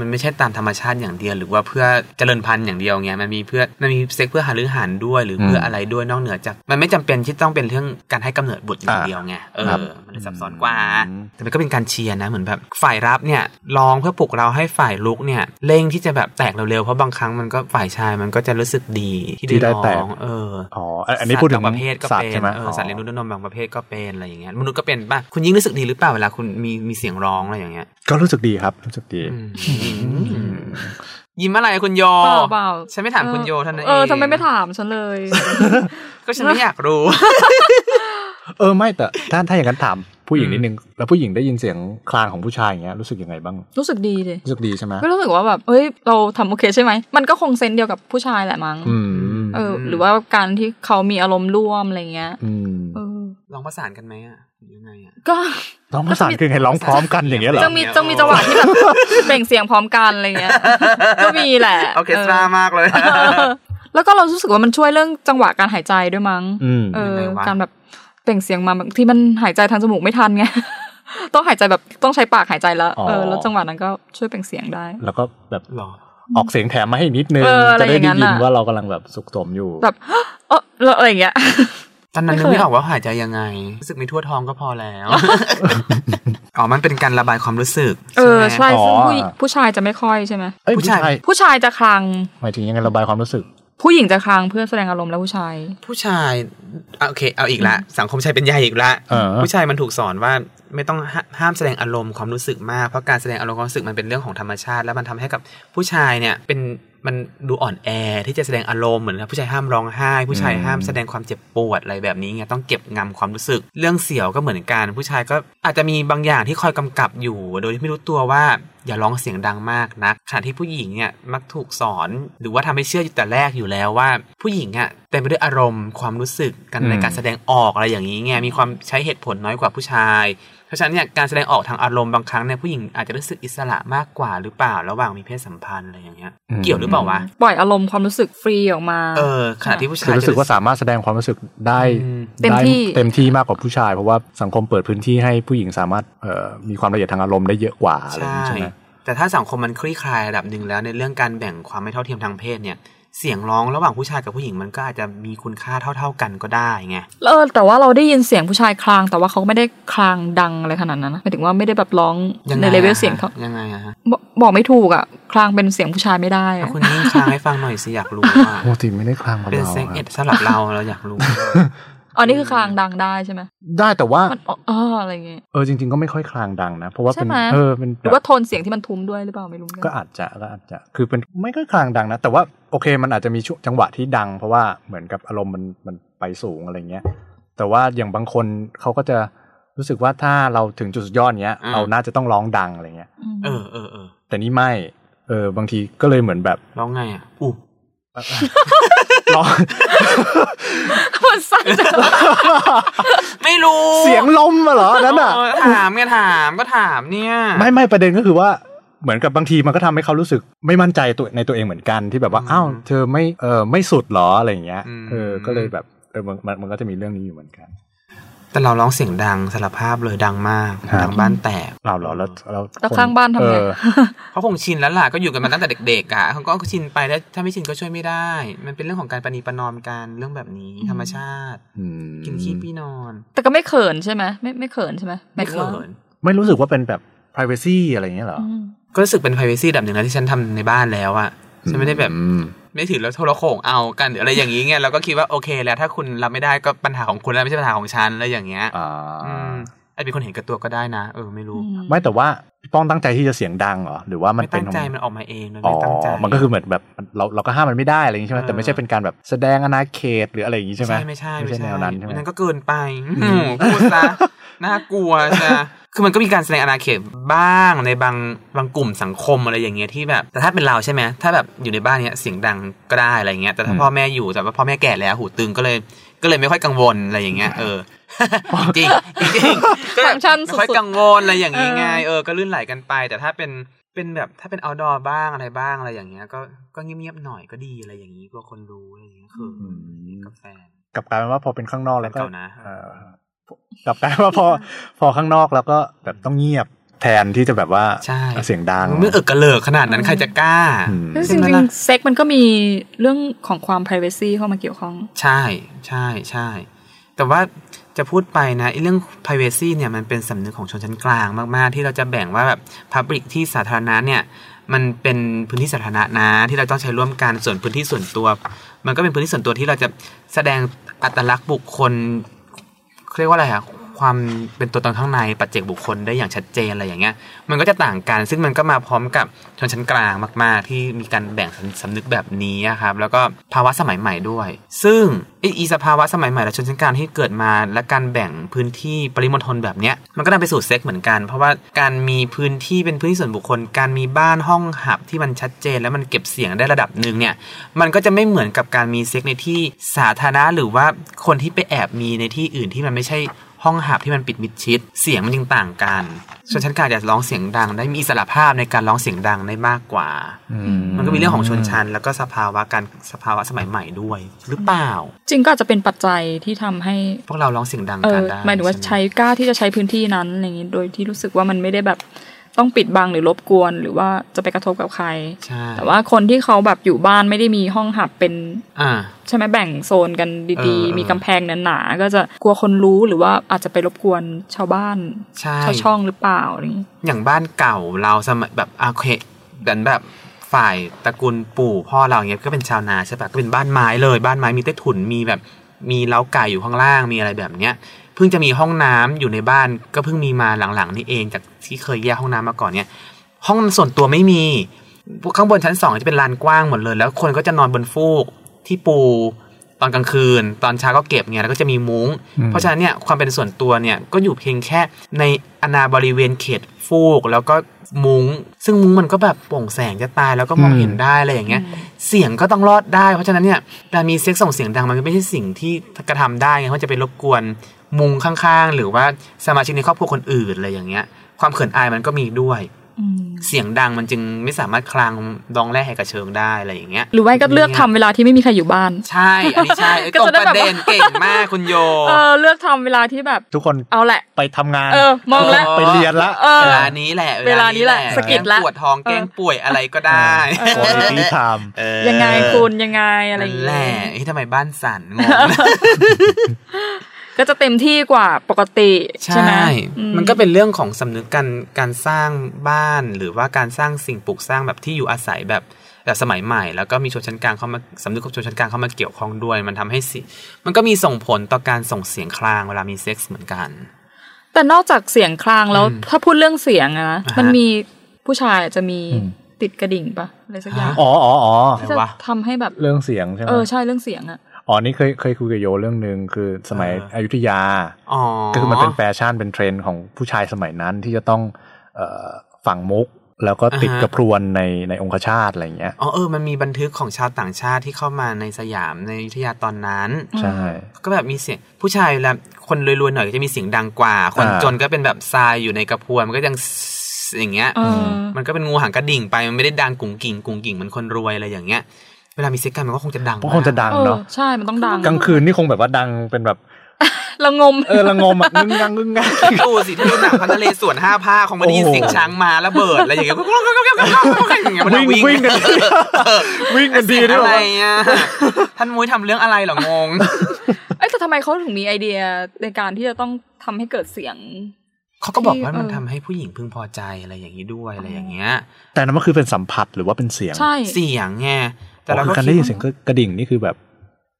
Speaker 4: มันไม่ใช่ตามธรรมชาติอย่างเดียว หรือว่าเพื่อเจริญพันธุ์อย่างเดียวไงมันมีเพื่อมันมีเซ็กเพื่อหาหรือหันด้วยหรือเพื่อ
Speaker 3: ม
Speaker 4: อะไรด้วยนอกเหนือจาก มันไม่จำเป็นที่ต้องเป็นเรื่องการให้กำเนิดบุตรอย่าง
Speaker 3: อ่า
Speaker 4: เดียวไงเอ
Speaker 3: ครับ
Speaker 4: อมันเลยซับซ้อนกว่า
Speaker 3: อืม
Speaker 4: แต่มันก็เป็นการเชียร์นะเหมือนแบบฝ่ายรับเนี่ยร้องเพื่อปลุกเราให้ฝ่ายลุกเนี่ยเร่งที่จะแบบแตกเร็วๆเพราะบางครั้งมันก็ฝ่ายชายมันก็จะรู้สึกดีที่ได้ร้องเออ
Speaker 3: อ๋ออันอันนี้พูดถึง
Speaker 4: สัตว์บาประเภทก็
Speaker 3: สัต
Speaker 4: เป็น
Speaker 3: ว์ใช่ไหม
Speaker 4: เออสัตว์เลี้ยงลูกด้วยนมบางประเภทก็เป็นอะไรอย่างเงี้ยมนุษย์ก็เป็นป่ะคุณยิ่งรู้สึกดีหรือเปล่าเวลาคุณมีมีเสียงร้องอะไรอย่างเงี้ย
Speaker 3: ก็รู้สึกดีครับรู้สึกดี
Speaker 4: ยิ้มอะไรคุณโย
Speaker 5: เปล่าเปล่า
Speaker 4: ฉันไม่ถามคุณโยเท่านั้น
Speaker 5: เออทำไมไม่
Speaker 4: ถาม
Speaker 5: ถามฉันเลย
Speaker 4: ก็ฉันไม่อยากรู้
Speaker 3: เออไม่แต่ถ้าถ้าอย่างนั้นถามผู้หญิงนิดนึงแล้วผู้หญิงได้ยินเสียงคลางของผู้ชายอย่างเงี้ยรู้สึกยังไงบ้าง
Speaker 5: รู้สึกดีเลย
Speaker 3: รู้สึกดีใช่ไหม
Speaker 5: ก็รู้สึกว่าแบบเฮ้ยเราทำโอเคใช่ไหมมันก็คงเซนส์เดียวกับผู้ชายแหละมั้ง
Speaker 3: อืม
Speaker 5: เออหรือว่าการที่เขามีอารมณ์ร่วมอะไรเงี้ย
Speaker 3: อืม
Speaker 5: เออ
Speaker 4: ลองประสานกันไหมอ่ะหรือยังไงอ่ะ
Speaker 5: ก็
Speaker 3: ร้องภาษานคือไงร้องพร้อมกันอย่างเงี้ยเหรอ
Speaker 5: จะมี
Speaker 4: เนี่ย
Speaker 5: จะมี
Speaker 4: โอ้
Speaker 5: จังหวะที่แบบ เปล่งเสียงพร้อมกันอะไรเงี้ย ก็มีแหละ
Speaker 4: โอเคสตรามากเลย
Speaker 5: เออเออ แล้วก็เรารู้สึกว่ามันช่วยเรื่องจังหวะการหายใจด้วยมั้ง
Speaker 3: อืม
Speaker 5: เอ
Speaker 4: ยั
Speaker 5: อ
Speaker 4: งไงวะ
Speaker 5: การแบบเปล่งเสียงมาบางทีมันหายใจทางจมูกไม่ทันไง ต้องหายใจแบบต้องใช้ปากหายใจแล้วเออแล้วจังหวะนั้นก็ช่วยเปล่งเสียงได้
Speaker 3: แล้วก็แบบ
Speaker 4: หรอ
Speaker 3: ออกเสียงแถมมาให้อีกนิดนึง
Speaker 5: เอออะไร
Speaker 3: จะได้
Speaker 5: อย่างนั้
Speaker 3: ได้
Speaker 5: น
Speaker 3: ยิน
Speaker 5: น่ะ
Speaker 3: ว่าเรากำลังแบบสุขสมอยู่
Speaker 5: แบบ เออแล้วอะไรอย่างเงี้ย
Speaker 4: ตอนนั้นนึก
Speaker 5: ไม่เคย
Speaker 4: ไม่ออกว่าหายใจยังไงรู้สึกไม่ทั่วท้องก็พอแล้ว อ๋อมันเป็นการระบายความรู้สึก
Speaker 5: เออ
Speaker 4: ใช่ไหม
Speaker 5: ใช่ซึ่งผู้
Speaker 3: อ๋อ
Speaker 5: ผู้ชายจะไม่ค่อยใช่ไหม
Speaker 3: เอ้ยผู้ชาย
Speaker 5: ผู้ชายจะคลาง
Speaker 3: หมายถึงยังไงระบายความรู้สึก
Speaker 5: ผู้หญิงจะคลางเพื่อแสดงอารมณ์แล้วผู้ชาย
Speaker 4: ผู้ชายอ่ะโอเค เอาอีกละ สังคมชายเป็นใหญ่อีกละ
Speaker 3: เออ
Speaker 4: ผู้ชายมันถูกสอนว่าไม่ต้องห้าห้ามแสดงอารมณ์ความรู้สึกมาก เพราะการแสดงอารมณ์ความรู้สึกมันเป็นเรื่องของธรรมชาติ แล้วมันทำให้กับผู้ชายเนี่ยเป็นมันดูอ่อนแอที่จะแสดงอารมณ์เหมือนกับผู้ชายห้ามร้องไห้ ผู้ชาย
Speaker 3: อืม
Speaker 4: ห้ามแสดงความเจ็บปวดอะไรแบบนี้ไงต้องเก็บงำความรู้สึก เรื่องเสียวก็เหมือนกัน ผู้ชายก็อาจจะมีบางอย่างที่คอยกำกับอยู่ โดยที่ไม่รู้ตัวว่าอย่าร้องเสียงดังมากนะขณะที่ผู้หญิงเนี่ยมักถูกสอน หรือว่าทำให้เชื่ออยู่แต่แรกอยู่แล้วว่า ผู้หญิงอ่ะเต็มไปด้วยอารมณ์ความรู้สึกกันใน
Speaker 3: อืม
Speaker 4: การแสดง แสดงออกอะไรอย่างนี้ไงมีความใช้เหตุผลน้อยกว่าผู้ชาย เพราะฉะนั้นเนี่ยการแสดงออกทางอารมณ์บางครั้งเนี่ยผู้หญิงอาจจะรู้สึกอิสระมากกว่าหรือเปล่าระหว่างมีเพศสัมพันธ์อะไรอย่างเงี้ย
Speaker 3: อืม
Speaker 4: เกี่ยวหรือเปล่าวะ
Speaker 5: ปล่อยอารมณ์ความรู้สึกฟรีออกมา
Speaker 4: เออขณะที่ผู้ชา
Speaker 3: คือย รู้สึกว่าสามารถแสดงความรู้สึกได้
Speaker 4: อืม
Speaker 5: เต็ม
Speaker 3: ได้
Speaker 5: ที่
Speaker 3: เต็มที่มากกว่าผู้ชาย เพราะว่าสังคมเปิดพื้นที่ให้ผู้หญิงสามารถเอ่อมีความละเอียดทางอารมณ์ได้เยอะกว่าอะไรอย่าง
Speaker 4: ใช่
Speaker 3: นี้ใช่ไหม
Speaker 4: แต่ถ้าสังคมมันคลี่คลายระดับหนึ่งแล้วในเรื่องการแบ่งความไม่เท่าเทียมทางเพศเนี่ย เสียงร้องระหว่างผู้ชายกับผู้หญิงมันก็อาจจะมีคุณค่าเท่า ๆกันก็ได้ไง
Speaker 5: แล้วเออแต่ว่าเราได้ยินเสียงผู้ชายคลาง แต่ว่าเขาไม่ได้คลางดังอะไรขนาดนั้นนะหมายถึงว่าไม่ได้แบบร้อง
Speaker 4: ยังไง
Speaker 5: ในเลเวลเสียงเขา
Speaker 4: อะยังไงอะฮะ
Speaker 5: บอกบอกไม่ถูกอ่ะคลางเป็นเสียงผู้ชายไม่ได้
Speaker 4: เอา
Speaker 5: อะ
Speaker 4: คุณนิ่งช้างให้ฟังหน่อยสิอยากรู้ว่า
Speaker 3: ปกติไม่ได้คลางกับ
Speaker 4: เป็น
Speaker 3: เรา
Speaker 4: เซ็ก
Speaker 3: อะ
Speaker 4: เอ็ดสำหรับเราเราอยากรู้
Speaker 5: อันนี้คือคลางดังได้ใช่ไหม
Speaker 3: ได้แต่ว่า
Speaker 5: มันอ๋ออะไรเงี้ย
Speaker 3: เออจริง ๆ ก็ไม่ค่อยคลางดังนะ เพราะว่าเป็น
Speaker 5: ใช่ไหม
Speaker 3: เออเป็น
Speaker 5: ห
Speaker 3: แบ
Speaker 5: รือบ ว่าโทนเสียงที่มันทุ้มด้วยหรือเปล่าไม่รู้เหมือน
Speaker 3: ก็
Speaker 5: น
Speaker 3: อาจจะก็อาจจะคือเป็นไม่ค่อยคลางดังนะ แต่ว่าโอเคมันอาจจะมีช่วงจังหวะที่ดัง เพราะว่าเหมือนกับอารมณ์มันมันไปสูงอะไรเงี้ย แต่ว่าอย่างบางคนเขาก็จะรู้สึกว่าถ้าเราถึงจุดสุดยอดเนี้ย
Speaker 4: อืม
Speaker 3: เราน่าจะต้องร้องดังอะไรเงี้ย
Speaker 5: ม
Speaker 4: เออเออเออ
Speaker 3: แต่นี่ไม่เออบางทีก็เลยเหมือนแบบ
Speaker 4: ร้องไงอ่ะอู้
Speaker 3: ร้อง
Speaker 5: มันสั่นจัง
Speaker 4: ไม่รู้
Speaker 3: เสียงลมอะเหรออันนั้นอ่ะ
Speaker 4: เถามไงถามก็ถามเนี่ย
Speaker 3: ไม่ไม่ประเด็นก็คือว่าเหมือนกับบางทีมันก็ทำให้เขารู้สึกไม่มั่นใจตัวในตัวเองเหมือนกันที่แบบว่า
Speaker 4: อืม
Speaker 3: อ้าวเธอไม่เออไม่สุดเหรออะไรอย่างเงี้ย
Speaker 4: อืม
Speaker 3: เออก็เลยแบบเออมันมันมันก็จะมีเรื่องนี้อยู่เหมือนกัน
Speaker 4: แต่เราร้องเสียงดังสารภาพเลยดังมากดังบ้านแตก
Speaker 3: เราเหรอแล้วแล้ว
Speaker 5: แล้ว
Speaker 3: คน
Speaker 5: ข้างบ้านทำ
Speaker 3: เอ
Speaker 5: ไง
Speaker 3: อ
Speaker 4: เขาคงชินแล้วล่ะก็อยู่กันมาตั้งแต่เด็กๆอ่ะเขาก็ชินไปแล้วถ้าไม่ชินก็ช่วยไม่ได้ มันเป็นเรื่องของการประนีประนอมกันเรื่องแบบนี้ธรรมชาติ
Speaker 3: อืม
Speaker 4: กินขี้พี่นอน
Speaker 5: แต่ก็ไม่เขินใช่ไหมไม่ไม่เขินใช่ไหมหมา
Speaker 4: ไม่
Speaker 5: ยถึง
Speaker 4: เขิ
Speaker 5: ว่าน
Speaker 3: ไม่รู้สึกว่าเป็นแบบ p r i เวซีอะไรอย่างเงี้ยเหรอ
Speaker 5: อืม
Speaker 4: ก็รู้สึกเป็น p r i เวซีแบบหนึ่งนะที่ฉันทำในบ้านแล้วอ่ะฉันไม่ได้แบบ
Speaker 3: อืม
Speaker 4: ไม่ถือแล้วโทรโขงเอากันหรืออะไรอย่างนี้ไงเราก็คิดว่าโอเคแล้วถ้าคุณรับไม่ได้ก็ปัญหาของคุณแล้วไม่ใช่ปัญหาของฉันแล้วอย่างเงี้ย
Speaker 3: อ่า
Speaker 4: อืมอาจเป็นคนเห็นแกับตัวก็ได้นะ เออไม่รู้
Speaker 3: ไม่แต่ว่าพี่ป้องตั้งใจที่จะเสียงดังเหรอหรือว่ามัน
Speaker 4: ไม่
Speaker 3: เป็
Speaker 4: ตั้
Speaker 3: น
Speaker 4: ง
Speaker 3: ของ
Speaker 4: ใจมันออกมาเองโดย
Speaker 3: อ๋อ
Speaker 4: ไม่ตั้งใจ
Speaker 3: มันก็คือเหมือนแบบเราเราก็ห้ามมันไม่ได้อะไรอย่างงี้ใช่ไหม
Speaker 4: เออ
Speaker 3: แต่ไม่ใช่เป็นการแบบแสดงอนาเขตหรืออะไรอย่างงี้ใช่ไหม
Speaker 4: ไม่ใช่
Speaker 3: ไม่
Speaker 4: ไม่
Speaker 3: ใช่
Speaker 4: ใช่
Speaker 3: แนวนั้นใช่ไหม
Speaker 4: อัก็เกินไป อื้อหือพูดซะ น่ากลัวจะคือมันก็มีการแสดงอาณาเขตบ้างในบางบางกลุ่มสังคมอะไรอย่างเงี้ยที่แบบ แต่ถ้าเป็นเราใช่ไหมถ้าแบบอยู่ในบ้านเนี้ยเสียงดังก็ได้อะไรเงี้ยแต่ถ้า
Speaker 3: อืม
Speaker 4: พ่อแม่อยู่แต่ว่าพ่อแม่แก่แล้วหูตึงก็เลยก็เลยไม่ค่อยกังวลอะไรอย่างเงี้ยเออ จริงจริงก็
Speaker 5: ฟังก์ชัน
Speaker 4: ไม่
Speaker 5: สุ
Speaker 4: ค่อย
Speaker 5: ด
Speaker 4: กังวลอะไรอย่างงี้ไง
Speaker 5: เออ
Speaker 4: เออก็ลื่นไหลกันไป แต่ถ้าเป็นเป็นแบบถ้าเป็นเอาดอบ้างอะไรบ้างอะไรอย่างเงี้ยก็ก็เงียบๆหน่อยก็ดีอะไรอย่างงี้กลัวคนรู้อะไรอย่างเงี้ยคือกับแฟน
Speaker 3: กลับกลายเป็นว่าพอเป็นข้างนอกแล้วก็
Speaker 4: แฟนเก่านะ
Speaker 3: เอ่อกลับกลายเป็นว่าพอพอข้างนอกแล้วก็แบบต้องเงียบแทนที่จะแบบว่า
Speaker 4: ใช่
Speaker 3: เสียงดัง
Speaker 4: มันไม่อึกกระเหลิกขนาดนั้นใครจะกล้า
Speaker 3: อืม
Speaker 5: ๆแล้วจริงๆเซ็กมันก็มีเรื่องของความ p r i เวซีเข้ามาเกี่ยวข้อง
Speaker 4: ใช่ใช่ใช่แต่ว่าจะพูดไปนะไอ้เรื่อง p r i เวซีเนี่ยมันเป็นสำนึกของชนชั้นกลางมาก ๆ ที่เราจะแบ่งว่าแบบ Public ที่สาธารณะเนี่ย มันเป็นพื้นที่สาธารณะนะที่เราต้องใช้ร่วมกันส่วนพื้นที่ส่วนตัว มันก็เป็นพื้นที่ส่วนตัวที่เราจะแสดงอัตลักษณ์บุคคลเรียกว่าอะไรอะความเป็นตัวตนข้างในปัจเจกบุคคลได้อย่างชัดเจนอะไรอย่างเงี้ย มันก็จะต่างกัน ซึ่งมันก็มาพร้อมกับชนชั้นกลางมาก ๆ ที่มีการแบ่งสำสำนึกแบบนี้อะครับ แล้วก็ภาวะสมัยใหม่ด้วย ซึ่งไอ้อีสภาวะสมัยใหม่และชนชั้นกลางที่เกิดมาและการแบ่งพื้นที่ปริมณฑลแบบเนี้ยมันก็นำไปสู่เซ็กเหมือนกัน เพราะว่าการมีพื้นที่เป็นพื้นที่ส่วนบุคคล การมีบ้านห้องหับที่มันชัดเจน และมันเก็บเสียงได้ระดับหนึ่งเนี่ย มันก็จะไม่เหมือนกับการมีเซ็กในที่สาธารณะหรือว่าคนที่ไปแอบมีในที่อื่นที่มันไม่ใช่ห้องหับที่มันปิดมิดชิด เสียงมันจึงต่างกันส่วนชั้นกลางจะร้องเสียงดัง ได้มีอิสระภาพในการร้องเสียงดังได้มากกว่า มันก็มีเรื่องของชนชั้น แล้วก็สภาวะการสภาวะสมัยใหม่ด้วย หรือเปล่า
Speaker 5: จริงก็อาจจะเป็นปัจจัยที่ทำให้
Speaker 4: พวกเราร้องเสียงดัง
Speaker 5: เอ
Speaker 4: กัน
Speaker 5: อ
Speaker 4: ได้
Speaker 5: หมายถึงว่าใช้
Speaker 4: ไ
Speaker 5: กล้าที่จะใช้พื้นที่นั้นอะไรอย่างนี้โดยที่รู้สึกว่ามันไม่ได้แบบต้องปิดบังหรือรบกวน หรือว่าจะไปกระทบกับใคร
Speaker 4: ใช่
Speaker 5: แต่ว่าคนที่เขาแบบอยู่บ้านไม่ได้มีห้องหับเป็น
Speaker 4: อ่า
Speaker 5: ใช่ไหมแบ่งโซนกันดี
Speaker 4: เออเออ
Speaker 5: ๆ มีกำแพงหนาๆก็จะกลัวคนรู้หรือว่าอาจจะไปรบกวนชาวบ้าน
Speaker 4: ใช่
Speaker 5: ชาวช่องหรือเปล่าอะไรอย่างนี้
Speaker 4: อย่างบ้านเก่าเราสมัยแบบอาเคดันแบบฝ่ายตระกูลปู่พ่อเราอย่างเงี้ยก็เป็นชาวนาใช่ปะก็เป็นบ้านไม้เลย บ้านไม้มีใต้ถุนมีแบบมีเล้าไก่อยู่ข้างล่างมีอะไรแบบเนี้ยเพิ่งจะมีห้องน้ำอยู่ในบ้านก็เพิ่งมีมาหลังๆนี่เองจากที่เคยแยกห้องน้ำมาก่อนเนี่ย ห้องส่วนตัวไม่มี ข้างบนชั้นสองจะเป็นลานกว้างหมดเลย แล้วคนก็จะนอนบนฟูกที่ปูตอนกลางคืน ตอนเช้าก็เก็บไงแล้วก็จะมีมุ้ง เพราะฉะนั้นเนี่ยความเป็นส่วนตัวเนี่ยก็อยู่เพียงแค่ในอนาบริเวณเขตฟูก แล้วก็มุง้ง ซึ่งมุ้งมันก็แบบโปร่งแสงจะตายแล้วก็มองเห็นได้อะไรอย่างเงี้ย เสียงก็ต้องรอดได้ เพราะฉะนั้นเนี่ยการมีเซ็กซ์ส่งเสียงดังมันก็ไม่ใช่สิ่งที่กระทำได้ไงเพราะจะไปรบกวนมุงข้างๆ หรือว่าสมาชิกในครอบครัวคนอื่นอะไรอย่างเงี้ย ความเขินอายมันก็มีด้วย
Speaker 5: อืม
Speaker 4: เสียงดังมันจึงไม่สามารถคลางดองแร่แหกกระเชิงได้อะไรอย่างเงี้ย
Speaker 5: หรือไม่ก็เลือกทำเวลาที่ไม่มีใครอยู่บ้าน
Speaker 4: ใช่อันนี้ใช่เอ้ย
Speaker 5: ก็
Speaker 4: ตรง
Speaker 5: จะได้
Speaker 4: ประ
Speaker 5: แบบว่า
Speaker 4: เด็นเก่งมากคุณโย
Speaker 5: เออเลือกทำเวลาที่แบบ
Speaker 3: ทุกคน
Speaker 5: เอาแหละ
Speaker 3: ไปทำงาน
Speaker 5: เออมองแล้ว
Speaker 3: ไปเรียนละ
Speaker 5: เออ
Speaker 4: เวลานี้แหละ
Speaker 5: เวลานี้แหละสะกิด
Speaker 4: แก
Speaker 5: ละ
Speaker 4: ล้งปวดท้องแกล้งป่วยอะไรก็ได้
Speaker 3: ควอลิตี้ไทม์
Speaker 4: เออ
Speaker 5: ยังไงคุณยังไงอะไรอ
Speaker 4: นั่น
Speaker 5: ย่าง
Speaker 4: แห
Speaker 5: เงี้
Speaker 4: ละ
Speaker 5: ย
Speaker 4: เฮ้ยทำไมบ้านสั่นงง
Speaker 5: ก็จะเต็มที่กว่าปกติใช่ไหมอื
Speaker 4: มันก็เป็นเรื่องของสำนึกการการสร้างบ้านหรือว่าการสร้างสิ่งปลูกสร้างแบบที่อยู่อาศัยแบบแบบสมัยใหม่ แล้วก็มีชนชั้นกลางเข้ามาสำนึกของชนชั้นกลางเข้ามาเกี่ยวข้องด้วย มันทำให้สิมันก็มีส่งผลต่อการส่งเสียงคลางเวลามีเซ็กซ์เหมือนกัน
Speaker 5: แต่นอกจากเสียงคลางแล้ว
Speaker 4: อืม
Speaker 5: ถ้าพูดเรื่องเสียงอะนะ
Speaker 4: อ่าฮะ
Speaker 5: มันมีผู้ชายจะมี
Speaker 3: อืม
Speaker 5: ติดกระดิ่งปะอะไรสักอย่าง
Speaker 3: อ๋ออ๋ออ๋อ
Speaker 4: อะไร
Speaker 5: จะ
Speaker 4: วะ
Speaker 5: ทำให้แบบ
Speaker 3: เรื่องเสียงใช่ไหม
Speaker 5: เออใช่เรื่องเสียงอะ
Speaker 3: อ๋อนี่เคยเคยคุยกับโยเรื่องหนึ่งคือสมัย
Speaker 4: เอออ
Speaker 3: อยุธยา
Speaker 4: อ๋อ
Speaker 3: ก็คือมันเป็นแฟชั่นเป็นเทรนด์ของผู้ชายสมัยนั้นที่จะต้องเอ่อฝังมุก แล้วก็ติดกระพรวนในในองคชาตอะไรอย่างเงี้ย
Speaker 4: อ๋อเออมันมีบันทึกของชาวต่างชาติที่เข้ามาในสยามในอยุธยาตอนนั้น
Speaker 3: ใช่
Speaker 4: ก็แบบมีเสียงผู้ชายเวลาคนรวยๆหน่อยก็จะมีเสียงดังกว่า คน
Speaker 3: อ่า
Speaker 4: จนก็เป็นแบบทรายอยู่ในกระพวนมันก็ยังอย่างเงี้ย
Speaker 5: เออ
Speaker 4: มันก็เป็นงูหางกระดิ่งไป มันไม่ได้ดังกุ่งกิ่งกุ่งกิ่งเหมือนคนรวยอะไรอย่างเงี้ย เวลามีเซ็กกันมันก็คงจะดัง
Speaker 3: เพราะคงจะดัง
Speaker 5: เออ
Speaker 3: เนาะ
Speaker 5: ใช่มันต้องดัง
Speaker 3: กลางคืนนี่คงแบบว่าดังเป็นแบบ
Speaker 5: ระงม
Speaker 3: เออละงมอ่ะงึ้งงังงึ้งงัง
Speaker 4: ดูสิที่ดูหนังพันเลสวนห้าผ้าคงไม่ได้ยิน
Speaker 3: โอ้โห
Speaker 4: เสียงช้างมาระเบิดอะไรอย่างเงี้ยอย่างเงี้ยมัน
Speaker 3: วิ่ง วิ่งกันทีวิ่งกัน
Speaker 4: เสี
Speaker 3: ดี
Speaker 4: ยง
Speaker 3: ด้วย
Speaker 4: อะไร
Speaker 3: วะ
Speaker 4: อ่ะท่านมุ้ยทำเรื่องอะไรเหรองง
Speaker 5: เอ้ยแต่ทำไมเขาถึงมีไอเดียในการที่จะต้องทำให้เกิดเสียง
Speaker 4: เขาก็บอกว่า
Speaker 5: เออ
Speaker 4: มันทำให้ผู้หญิงพึงพอใจอะไรอย่างนี้ด้วยอะไรอย่างเงี้ย
Speaker 3: แต่นั้นมันคือเป็นสัมผัสหรือว่าเป็นเสียง
Speaker 5: ใช่
Speaker 4: เสียงไงแต่
Speaker 3: แต่
Speaker 4: เรา
Speaker 3: เรา
Speaker 4: ก็
Speaker 3: การ
Speaker 4: คิ
Speaker 3: ได้
Speaker 4: ด
Speaker 3: ยิน
Speaker 4: ว่า
Speaker 3: เสียงกระดิ่งนี่คือแบบ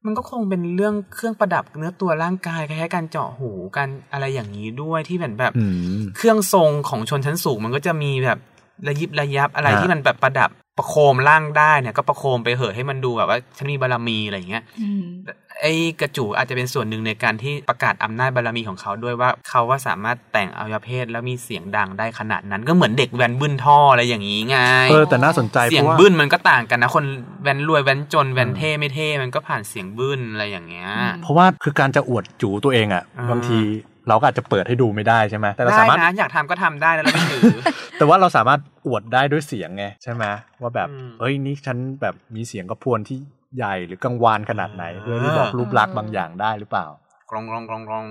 Speaker 4: มันก็คงเป็นเรื่องเครื่องประดับเนื้อตัวร่างกายคล้ายๆการเจาะหูกันอะไรอย่างนี้ด้วยที่เหมือนแบบ
Speaker 3: อืม
Speaker 4: เครื่องทรงของชนชั้นสูงมันก็จะมีแบบระยิบระยับอะไร
Speaker 3: ฮะ
Speaker 4: ที่มันแบบประดับประโคมร่างได้เนี่ยก็ประโคมไปเหอะให้มันดูแบบว่าฉันมีบารมีอะไรอย่างเงี้ย
Speaker 5: อืม
Speaker 4: ไอ้กระจูอาจจะเป็นส่วนหนึ่งในการที่ประกาศอำนาจบารมีของเขาด้วยว่าเขาว่าสามารถแต่งอวัยวะเพศแล้วมีเสียงดังได้ขนาดนั้นก็เหมือนเด็กแวนบึ้นท่ออะไรอย่างนี้ไง
Speaker 3: เออแต่น่าสนใจ
Speaker 4: เสี
Speaker 3: เพ
Speaker 4: ยง
Speaker 3: ราะว่า
Speaker 4: บึ้นมันก็ต่างกันนะ คนแว้นรวยแว้นจนแว้นเท่ไม่เท่มันก็ผ่านเสียงบึ้นอะไรอย่างเงี้ย
Speaker 3: เพราะว่าคือการจะอวดจูตัวเองอ่ะ
Speaker 4: อ่า
Speaker 3: บางทีเราก็อาจจะเปิดให้ดูไม่ได้ใช่ไหมแต่เรา
Speaker 4: ได้
Speaker 3: สามารถ
Speaker 4: นะอยากทำก็ทำได้นะเราไม่ถือ
Speaker 3: แต่ว่าเราสามารถอวดได้ด้วยเสียงไงใช่ไหมว่าแบบ
Speaker 4: อืม
Speaker 3: เอ้ยนี่ฉันแบบมีเสียงกระพวนที่ใหญ่หรือกังวานขนาดไหน
Speaker 4: อ่า
Speaker 3: เพื่อที่บอกรูปลักษณ์บางอย่างได้ หรือเปล่าก
Speaker 4: รองกรองกรองกรอง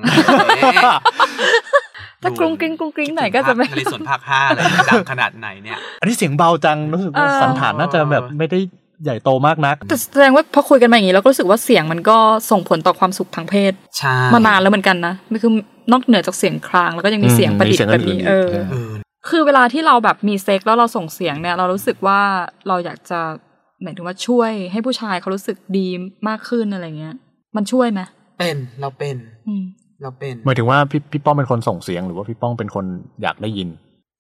Speaker 5: ถ้ากรุงกริ้งกรุงกริ้งหน่อยก็จะไม่
Speaker 4: นเรสวนภาคห้าอะไรดังขนาดไหนเนี่ย
Speaker 3: อันนี้เสียงเบาจังรู้สึกว่า
Speaker 5: เออ
Speaker 3: สันฐานน่าจะแบบไม่ได้ใหญ่โตมากนัก
Speaker 5: แต่แสดงว่าพอคุยกันมาอย่างนี้เราก็รู้สึกว่าเสียงมันก็ส่งผลต่อความสุขทางเพศ
Speaker 4: ใช่
Speaker 5: มานานแล้วเหมือนกันนะไม่คือนอกเหนือจากเสียงคลางแล้วก็ยังมี
Speaker 3: อืม
Speaker 5: เสียงประดิษ
Speaker 3: มี
Speaker 5: ฐ์
Speaker 3: เสียง
Speaker 5: แบบนี้
Speaker 3: อื่นๆ
Speaker 5: เออ
Speaker 3: ใช่
Speaker 4: เออ
Speaker 5: คือเวลาที่เราแบบมีเซ็กแล้วเราส่งเสียงเนี่ย เรารู้สึกว่าเราอยากจะหมายถึงว่าช่วยให้ผู้ชายเขารู้สึกดีมากขึ้นอะไรเงี้ย มันช่วยไหม
Speaker 4: เป็นเราเป็น
Speaker 5: อืม
Speaker 4: เราเป็น
Speaker 3: หมายถึงว่าพี่พี่ป้องเป็นคนส่งเสียงหรือว่าพี่ป้องเป็นคนอยากได้ยิน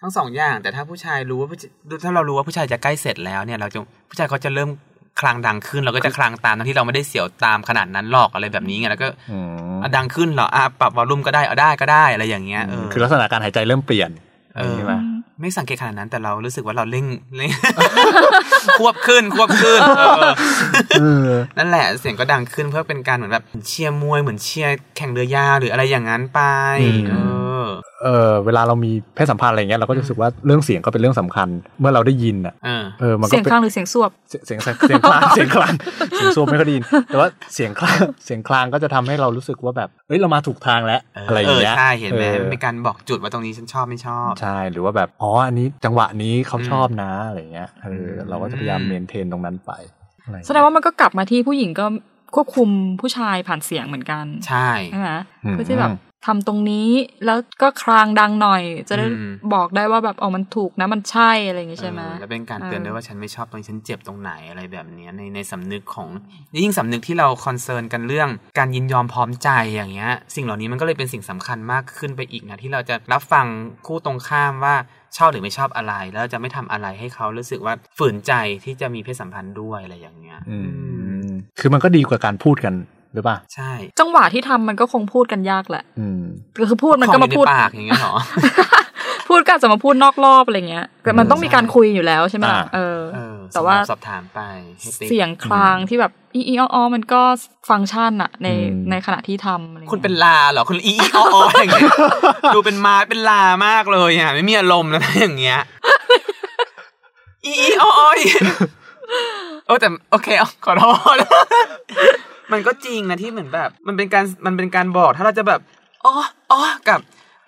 Speaker 4: ทั้งสองอย่าง แต่ถ้าผู้ชายรู้ว่าผู้ชายถ้าเรารู้ว่าผู้ชายจะใกล้เสร็จแล้วเนี่ย เราจะผู้ชายเขาจะเริ่มคลางดังขึ้น เราก็จะคลางตามทั้งที่เราไม่ได้เสียวตามขนาดนั้นหรอกอะไรแบบนี้ไงแล้วก็
Speaker 3: อืม
Speaker 4: อ่ะดังขึ้นเหรออ่ะปรับวอลลุ่มก็ได้เอาได้ก็ได้อะไรอย่างเงี้ยเออ
Speaker 3: คือลักษณะการหายใจเริ่มเปลี่ยน
Speaker 4: เออ
Speaker 3: ใช่ไหม
Speaker 4: ไม่สังเกตขนาดนั้นแต่เรารู้สึกว่าเราเร่ง เร่ง ควบขึ้นควบขึ้นเออ
Speaker 3: เออ
Speaker 4: นั่นแหละเสียงก็ดังขึ้นเพื่อเป็นการเหมือนแบบเชียร์มวยเหมือนเชียร์แข่งเรือยาวหรืออะไรอย่างนั้นไป
Speaker 3: อืม
Speaker 4: เออ
Speaker 3: เออเวลาเรามีเพศสัมพันธ์อะไรเงี้ยเราก็จะรู้สึกว่าเรื่องเสียงก็เป็นเรื่องสำคัญ เมื่อเราได้ยินอ่ะ
Speaker 4: เออ
Speaker 3: เออมันก็
Speaker 5: เสียง
Speaker 3: เป็น
Speaker 5: คลางหรือเสียงสวบ
Speaker 3: เสียเสียงสักเสียงคลาง เสียงคลางเสียงซูมไม่ค่อยได้ยิน แต่ว่าเสียงคลางเสียงคลางก็จะทำให้เรารู้สึกว่าแบบเฮ้ยเรามาถูกทางแล้ว
Speaker 4: เออ
Speaker 3: อะไรอย่างเงี้ย
Speaker 4: ใช่เห็นไหม
Speaker 3: ออ
Speaker 4: มันเป็นการบอกจุดว่าตรงนี้ฉันชอบไม่ชอบ
Speaker 3: ใช่หรือว่าแบบอ๋ออันนี้จังหวะนี้เขาชอบนะอะไรเงี้ยเออ
Speaker 4: ม
Speaker 3: เราก็จะพยายามเมนเทนตรงนั้นไปอะไร
Speaker 5: แสดงว่ามันก็กลับมาที่ผู้หญิงก็ควบคุมผู้ชายผ่านเสียงเหมือนกัน
Speaker 4: ใช่
Speaker 5: ใช่ไหม
Speaker 3: อืม
Speaker 5: เพื่อที่แบบทำตรงนี้แล้วก็คลางดังหน่อย จะได้
Speaker 4: อืม
Speaker 5: บอกได้ว่าแบบอ๋อมันถูกนะมันใช่อะไรอย่างงี้ใช่ไหม
Speaker 4: เออแล้วเป็นการเตือน
Speaker 5: เออ
Speaker 4: ด้วยว่าฉันไม่ชอบตรงนี้ฉันเจ็บตรงไหนอะไรแบบเนี้ยในในสำนึกของยิ่งสำนึกที่เราคอนเซิร์นกันเรื่องการยินยอมพร้อมใจอย่างเงี้ย สิ่งเหล่านี้มันก็เลยเป็นสิ่งสำคัญมากขึ้นไปอีกนะที่เราจะรับฟังคู่ตรงข้ามว่าชอบหรือไม่ชอบอะไร แล้วจะไม่ทำอะไรให้เขารู้สึกว่าฝืนใจที่จะมีเพศสัมพันธ์ด้วยอะไรอย่างเงี้ย
Speaker 3: อื
Speaker 4: อืม
Speaker 3: มคือมันก็ดีกว่าการพูดกันหรือเปล่า
Speaker 4: ใช่
Speaker 5: จังหวะที่ทำมันก็คงพูดกันยากแหละ
Speaker 3: อืม
Speaker 5: ก็คือพูดมันก็มา
Speaker 4: ของอยู่
Speaker 5: พูด
Speaker 4: ในปากอย่างเงี้ยเหรอ
Speaker 5: พูดก็อาจจะมาพูดนอกรอบอะไรเงี้ยแต่มันต้องมีการคุยอยู่แล้วใช่ไหมล่ะ
Speaker 3: อ่า
Speaker 5: เออ
Speaker 4: เออ
Speaker 5: แต่ว่า
Speaker 4: สอบถามไปให้ติ๊ก
Speaker 5: เสียงคลางที่แบบอีอีอ้ออมันก็ฟังก์ชันอะใน
Speaker 3: อืม
Speaker 5: ในขณะที่ทำอะไรงี้ย
Speaker 4: คุณเป็นลาเหรอคุณอีอีอออ อย่างเงี้ยดูเป็นไม้เป็นลามากเลยอ่ะไม่มีอารมณ์นะถ้าอย่างเงี้ย อีอีอ้อยโอ้แต่โอเคเอาขอโทษ มันก็จริงนะที่เหมือนแบบ มันเป็นการมันเป็นการบอกถ้าเราจะแบบอ๋ออ๋อกับ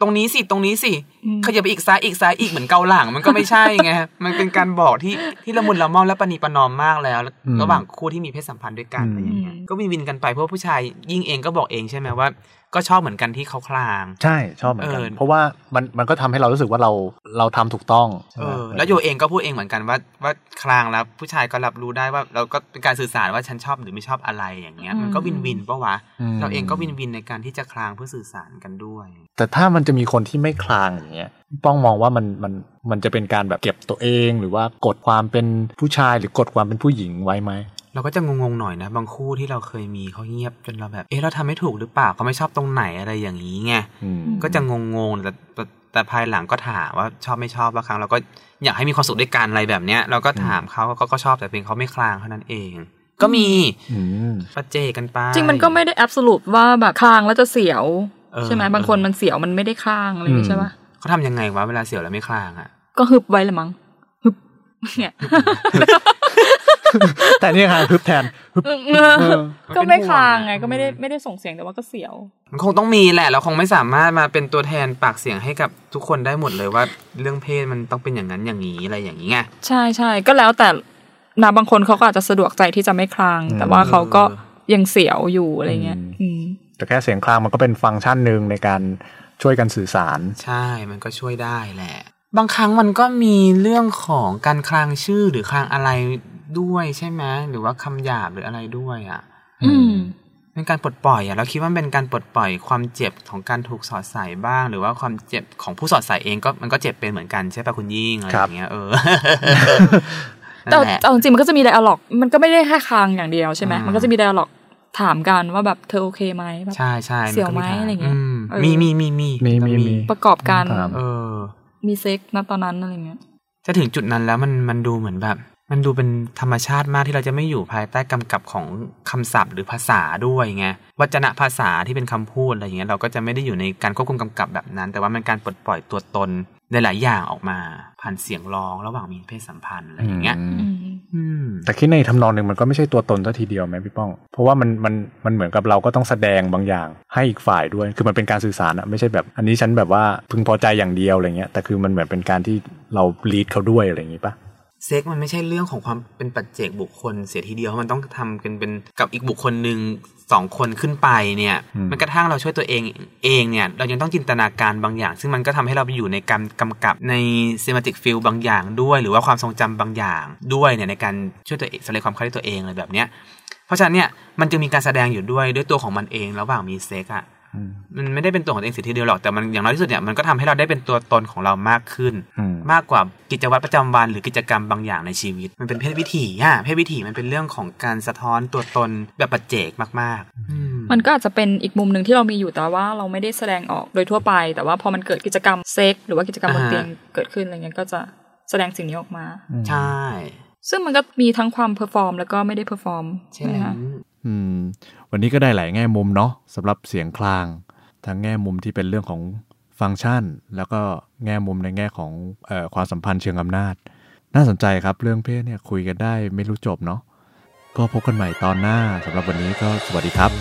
Speaker 4: ตรงนี้สิตรงนี้สิ
Speaker 5: อืม
Speaker 4: ขยับไปอีกซ้ายอีกซ้ายอีกเหมือนเกาหลัง มันก็ไม่ใช่ไงมันเป็นการบอกที่ที่ละมุนละม่อมและประนีประนอมมากแล้ว
Speaker 3: อืม
Speaker 4: ระหว่างคู่ที่มีเพศสัมพันธ์ด้วยกัน
Speaker 3: อืม
Speaker 4: อะไรอย่างเงี้ยก็วินวินกันไปเพราะว่าผู้ชายยิ่งเองก็บอกเองใช่ไหมว่า ก็ชอบเหมือนกันที่เขาคลาง
Speaker 3: ใช่ชอบเหมือนกัน
Speaker 4: เออ
Speaker 3: เพราะว่ามันมันก็ทำให้เรารู้สึกว่าเราเราทำถูกต้องใช่
Speaker 4: เอ
Speaker 3: ไหม
Speaker 4: อแล้วโยเองก็พูดเองเหมือนกันว่าว่าคลางแล้วผู้ชายก็รับรู้ได้ว่าเราก็เป็นการสื่อสารว่าฉันชอบหรือไม่ชอบอะไรอย่างเงี้ย มันก็
Speaker 5: อืม
Speaker 4: วินวินปะวะ
Speaker 3: ม
Speaker 4: เราเองก็วินวินในการที่จะคลางเพื่อสื่อสารกันด้วย
Speaker 3: แต่ถ้ามันจะมีคนที่ไม่คลางอย่างเงี้ยป้องมองว่ามันมันมันจะเป็นการแบบเก็บตัวเอง หรือว่ากดความเป็นผู้ชายหรือกดความเป็นผู้หญิงไว้ไหม
Speaker 4: เราก็จะงงๆหน่อยนะ บางคู่ที่เราเคยมีเขาเงียบจนเราแบบเอ๊ะเราทำไม่ถูกหรือเปล่าเขาไม่ชอบตรงไหนอะไรอย่างนี้ไง
Speaker 3: อืม
Speaker 4: ก็จะงงๆแต่แต่แต่ภายหลังก็ถามว่าชอบไม่ชอบบางครั้งเราก็อยากให้มีความสุขด้วยกันอะไรแบบเนี้ยเราก็ถามเขาเขาก็ชอบแต่เพียงเขาไม่คลางเท่านั้นเอง ก็มี
Speaker 3: อืม
Speaker 4: ประเจกันไป
Speaker 5: จริงมันก็ไม่ได้แอบสรุปว่าแบบคลางแล้วจะเสียว
Speaker 4: เออ
Speaker 5: ใช่ไหมบางคนมันเสียวมันไม่ได้คลางอะไรอย่างงี้ใช่ปะ
Speaker 4: เขาทำยังไงวะเวลาเสียวแล้วไม่คลางอ่ะ
Speaker 5: ก็ฮึบไว้ละมั้งฮึบเนี่ย
Speaker 3: แต่นี่ค่ะฮึบแทน ฮึบเออ
Speaker 5: ก็ไม่คลางไง
Speaker 4: มันเป็นห่วงอะ
Speaker 5: ก็ไม่ได้ไม่ได้ส่งเสียงแต่ว่าก็เสียว
Speaker 4: มันคงต้องมีแหละ เราคงไม่สามารถมาเป็นตัวแทนปากเสียงให้กับทุกคนได้หมดเลยว่า เรื่องเพศมันต้องเป็นอย่างนั้นอย่างนี้อะไรอย่างนี้ไง
Speaker 5: ใช่ใช่ก็แล้วแต่นะบางคนเขาก็อาจจะสะดวกใจที่จะไม่คลาง
Speaker 3: อืม
Speaker 5: แต่ว่าเขาก็ยังเสียวอยู่อะไรเงี้ย
Speaker 3: อืม
Speaker 5: อืม
Speaker 3: แต่แค่เสียงคลางมันก็เป็นฟังก์ชันหนึ่งในการช่วยกันสื่อสาร
Speaker 4: ใช่ มันก็ช่วยได้แหละ บางครั้งมันก็มีเรื่องของการคลางชื่อหรือคลางอะไรด้วยใช่ไหมหรือว่าคำหยาบหรืออะไรด้วยอ่ะ
Speaker 5: อืม
Speaker 4: เป็นการปลดปล่อยอ่ะเราคิดว่ามันเป็นการปลดปล่อยความเจ็บของการถูกสอดใส่บ้าง หรือว่าความเจ็บของผู้สอดใส่เองก็มันก็เจ็บเป็นเหมือนกันใช่ปะคุณยิ่งอะไรอย่างเงี้ยเออ
Speaker 5: แต่
Speaker 4: นั่นแหละ
Speaker 5: เอาจริงๆมันก็จะมีไดอะล็อก มันก็ไม่ได้แค่คลางอย่างเดียวใช่ไหม
Speaker 4: อืม
Speaker 5: มันก็จะมีไดอะล็อกถามกันว่าแบบเธอโอเคไหมแบบ
Speaker 4: ใช่ใช่น
Speaker 5: เสี่ยวไหม
Speaker 4: ก็ทาง
Speaker 5: อะไรเงี้ย
Speaker 4: ม
Speaker 5: เออ
Speaker 4: มีมีมีมี
Speaker 3: มี
Speaker 4: น
Speaker 3: มีมี
Speaker 5: ประกอบการ
Speaker 3: ถาม
Speaker 4: เออ
Speaker 5: มีเซ็กซ์ณตอนนั้นอะไรเงี้ย
Speaker 4: จะถึงจุดนั้นแล้วมันมันดูเหมือนแบบ มันดูเป็นธรรมชาติมากที่เราจะไม่อยู่ภายใต้กำกับของคำศัพท์หรือภาษาด้วยไงวจนะภาษาที่เป็นคำพูดอะไรอย่างเงี้ยเราก็จะไม่ได้อยู่ในการควบคุมกำกับแบบนั้น แต่ว่ามันการปลดปล่อยตัวตนหลายๆอย่างออกมาผ่านเสียงร้องระหว่างมีเพศสัมพันธ์อะไรอย่างเงี้ย
Speaker 3: ม
Speaker 5: อืม
Speaker 4: อืม
Speaker 3: แต่คิดในทำนองหนึ่งมันก็ไม่ใช่ตัวตนซะทีเดียวไหมพี่ป้อง เพราะว่ามันมันมันเหมือนกับเราก็ต้องแสดงบางอย่างให้อีกฝ่ายด้วย คือมันเป็นการสื่อสารอะไม่ใช่แบบ อันนี้ฉันแบบว่าพึงพอใจอย่างเดียวอะไรเงี้ย แต่คือมันเหมือนเป็นการที่เราลีดเขาด้วยอะไรอย่างงี้ปะ
Speaker 4: เซ็กมันไม่ใช่เรื่องของความเป็นปัจเจกบุคคลเสียทีเดียวมันต้องทำกันเป็นกับอีกบุคคลหนึ่งสองคนขึ้นไปเนี่ย
Speaker 3: อืม
Speaker 4: แมันกระทั่งเราช่วยตัวเองเองเนี่ย เรายังต้องจินตนาการบางอย่าง ซึ่งมันก็ทำให้เราไปอยู่ในการกำกับใน semantic field บางอย่างด้วย หรือว่าความทรงจำบางอย่างด้วยเนี่ยในการช่วยตัวเองแสดงความเข้าใจตัวเองอะไรแบบเนี้ยเพราะฉะนั้นเนี่ยมันจึงมีการแสดงอยู่ด้วยด้วยตัวของมันเองระหว่างมีเซ็กอะ
Speaker 3: อืม
Speaker 4: มันไม่ได้เป็นตัวของตัวเองเสียทีเดียวหรอกแต่มันอย่างน้อยที่สุดเนี่ยมันก็ทำให้เราได้เป็นตัวตนของเรามากขึ้น
Speaker 3: อืม
Speaker 4: มากกว่ากิจวัตรประจำวันหรือกิจกรรมบางอย่างในชีวิต มันเป็นเพศวิถีอ่ะเพศวิถีมันเป็นเรื่องของการสะท้อนตัวตนแบบปัจเจกมากๆอื
Speaker 5: มันก็อาจจะเป็นอีกมุมหนึ่งที่เรามีอยู่แต่ว่าเราไม่ได้แสดงออกโดยทั่วไป แต่ว่าพอมันเกิดกิจกรรมเซ็กซ์หรือว่ากิจกรรมบนเตียงเกิดขึ้นอะไรเงี้ยก็จะแสดงสิ่งนี้ออกมา
Speaker 4: ใช่
Speaker 5: ซึ่งมันก็มีทั้งความเพอร์ฟอร์มแล้วก็ไม่ได้เพอร์ฟอร์ม
Speaker 4: เช่นนั้น
Speaker 1: อืม วันนี้ก็ได้หลายแง่มุมเนาะสำหรับเสียงคลาง ทั้งแง่มุมที่เป็นเรื่องของฟังก์ชัน แล้วก็แง่มุมในแง่ของเออความสัมพันธ์เชิงอำนาจ น่าสนใจครับเรื่องเพศเนี่ยคุยกันได้ไม่รู้จบเนาะก็พบกันใหม่ตอนหน้าสำหรับวันนี้ก็สวัสดีครับ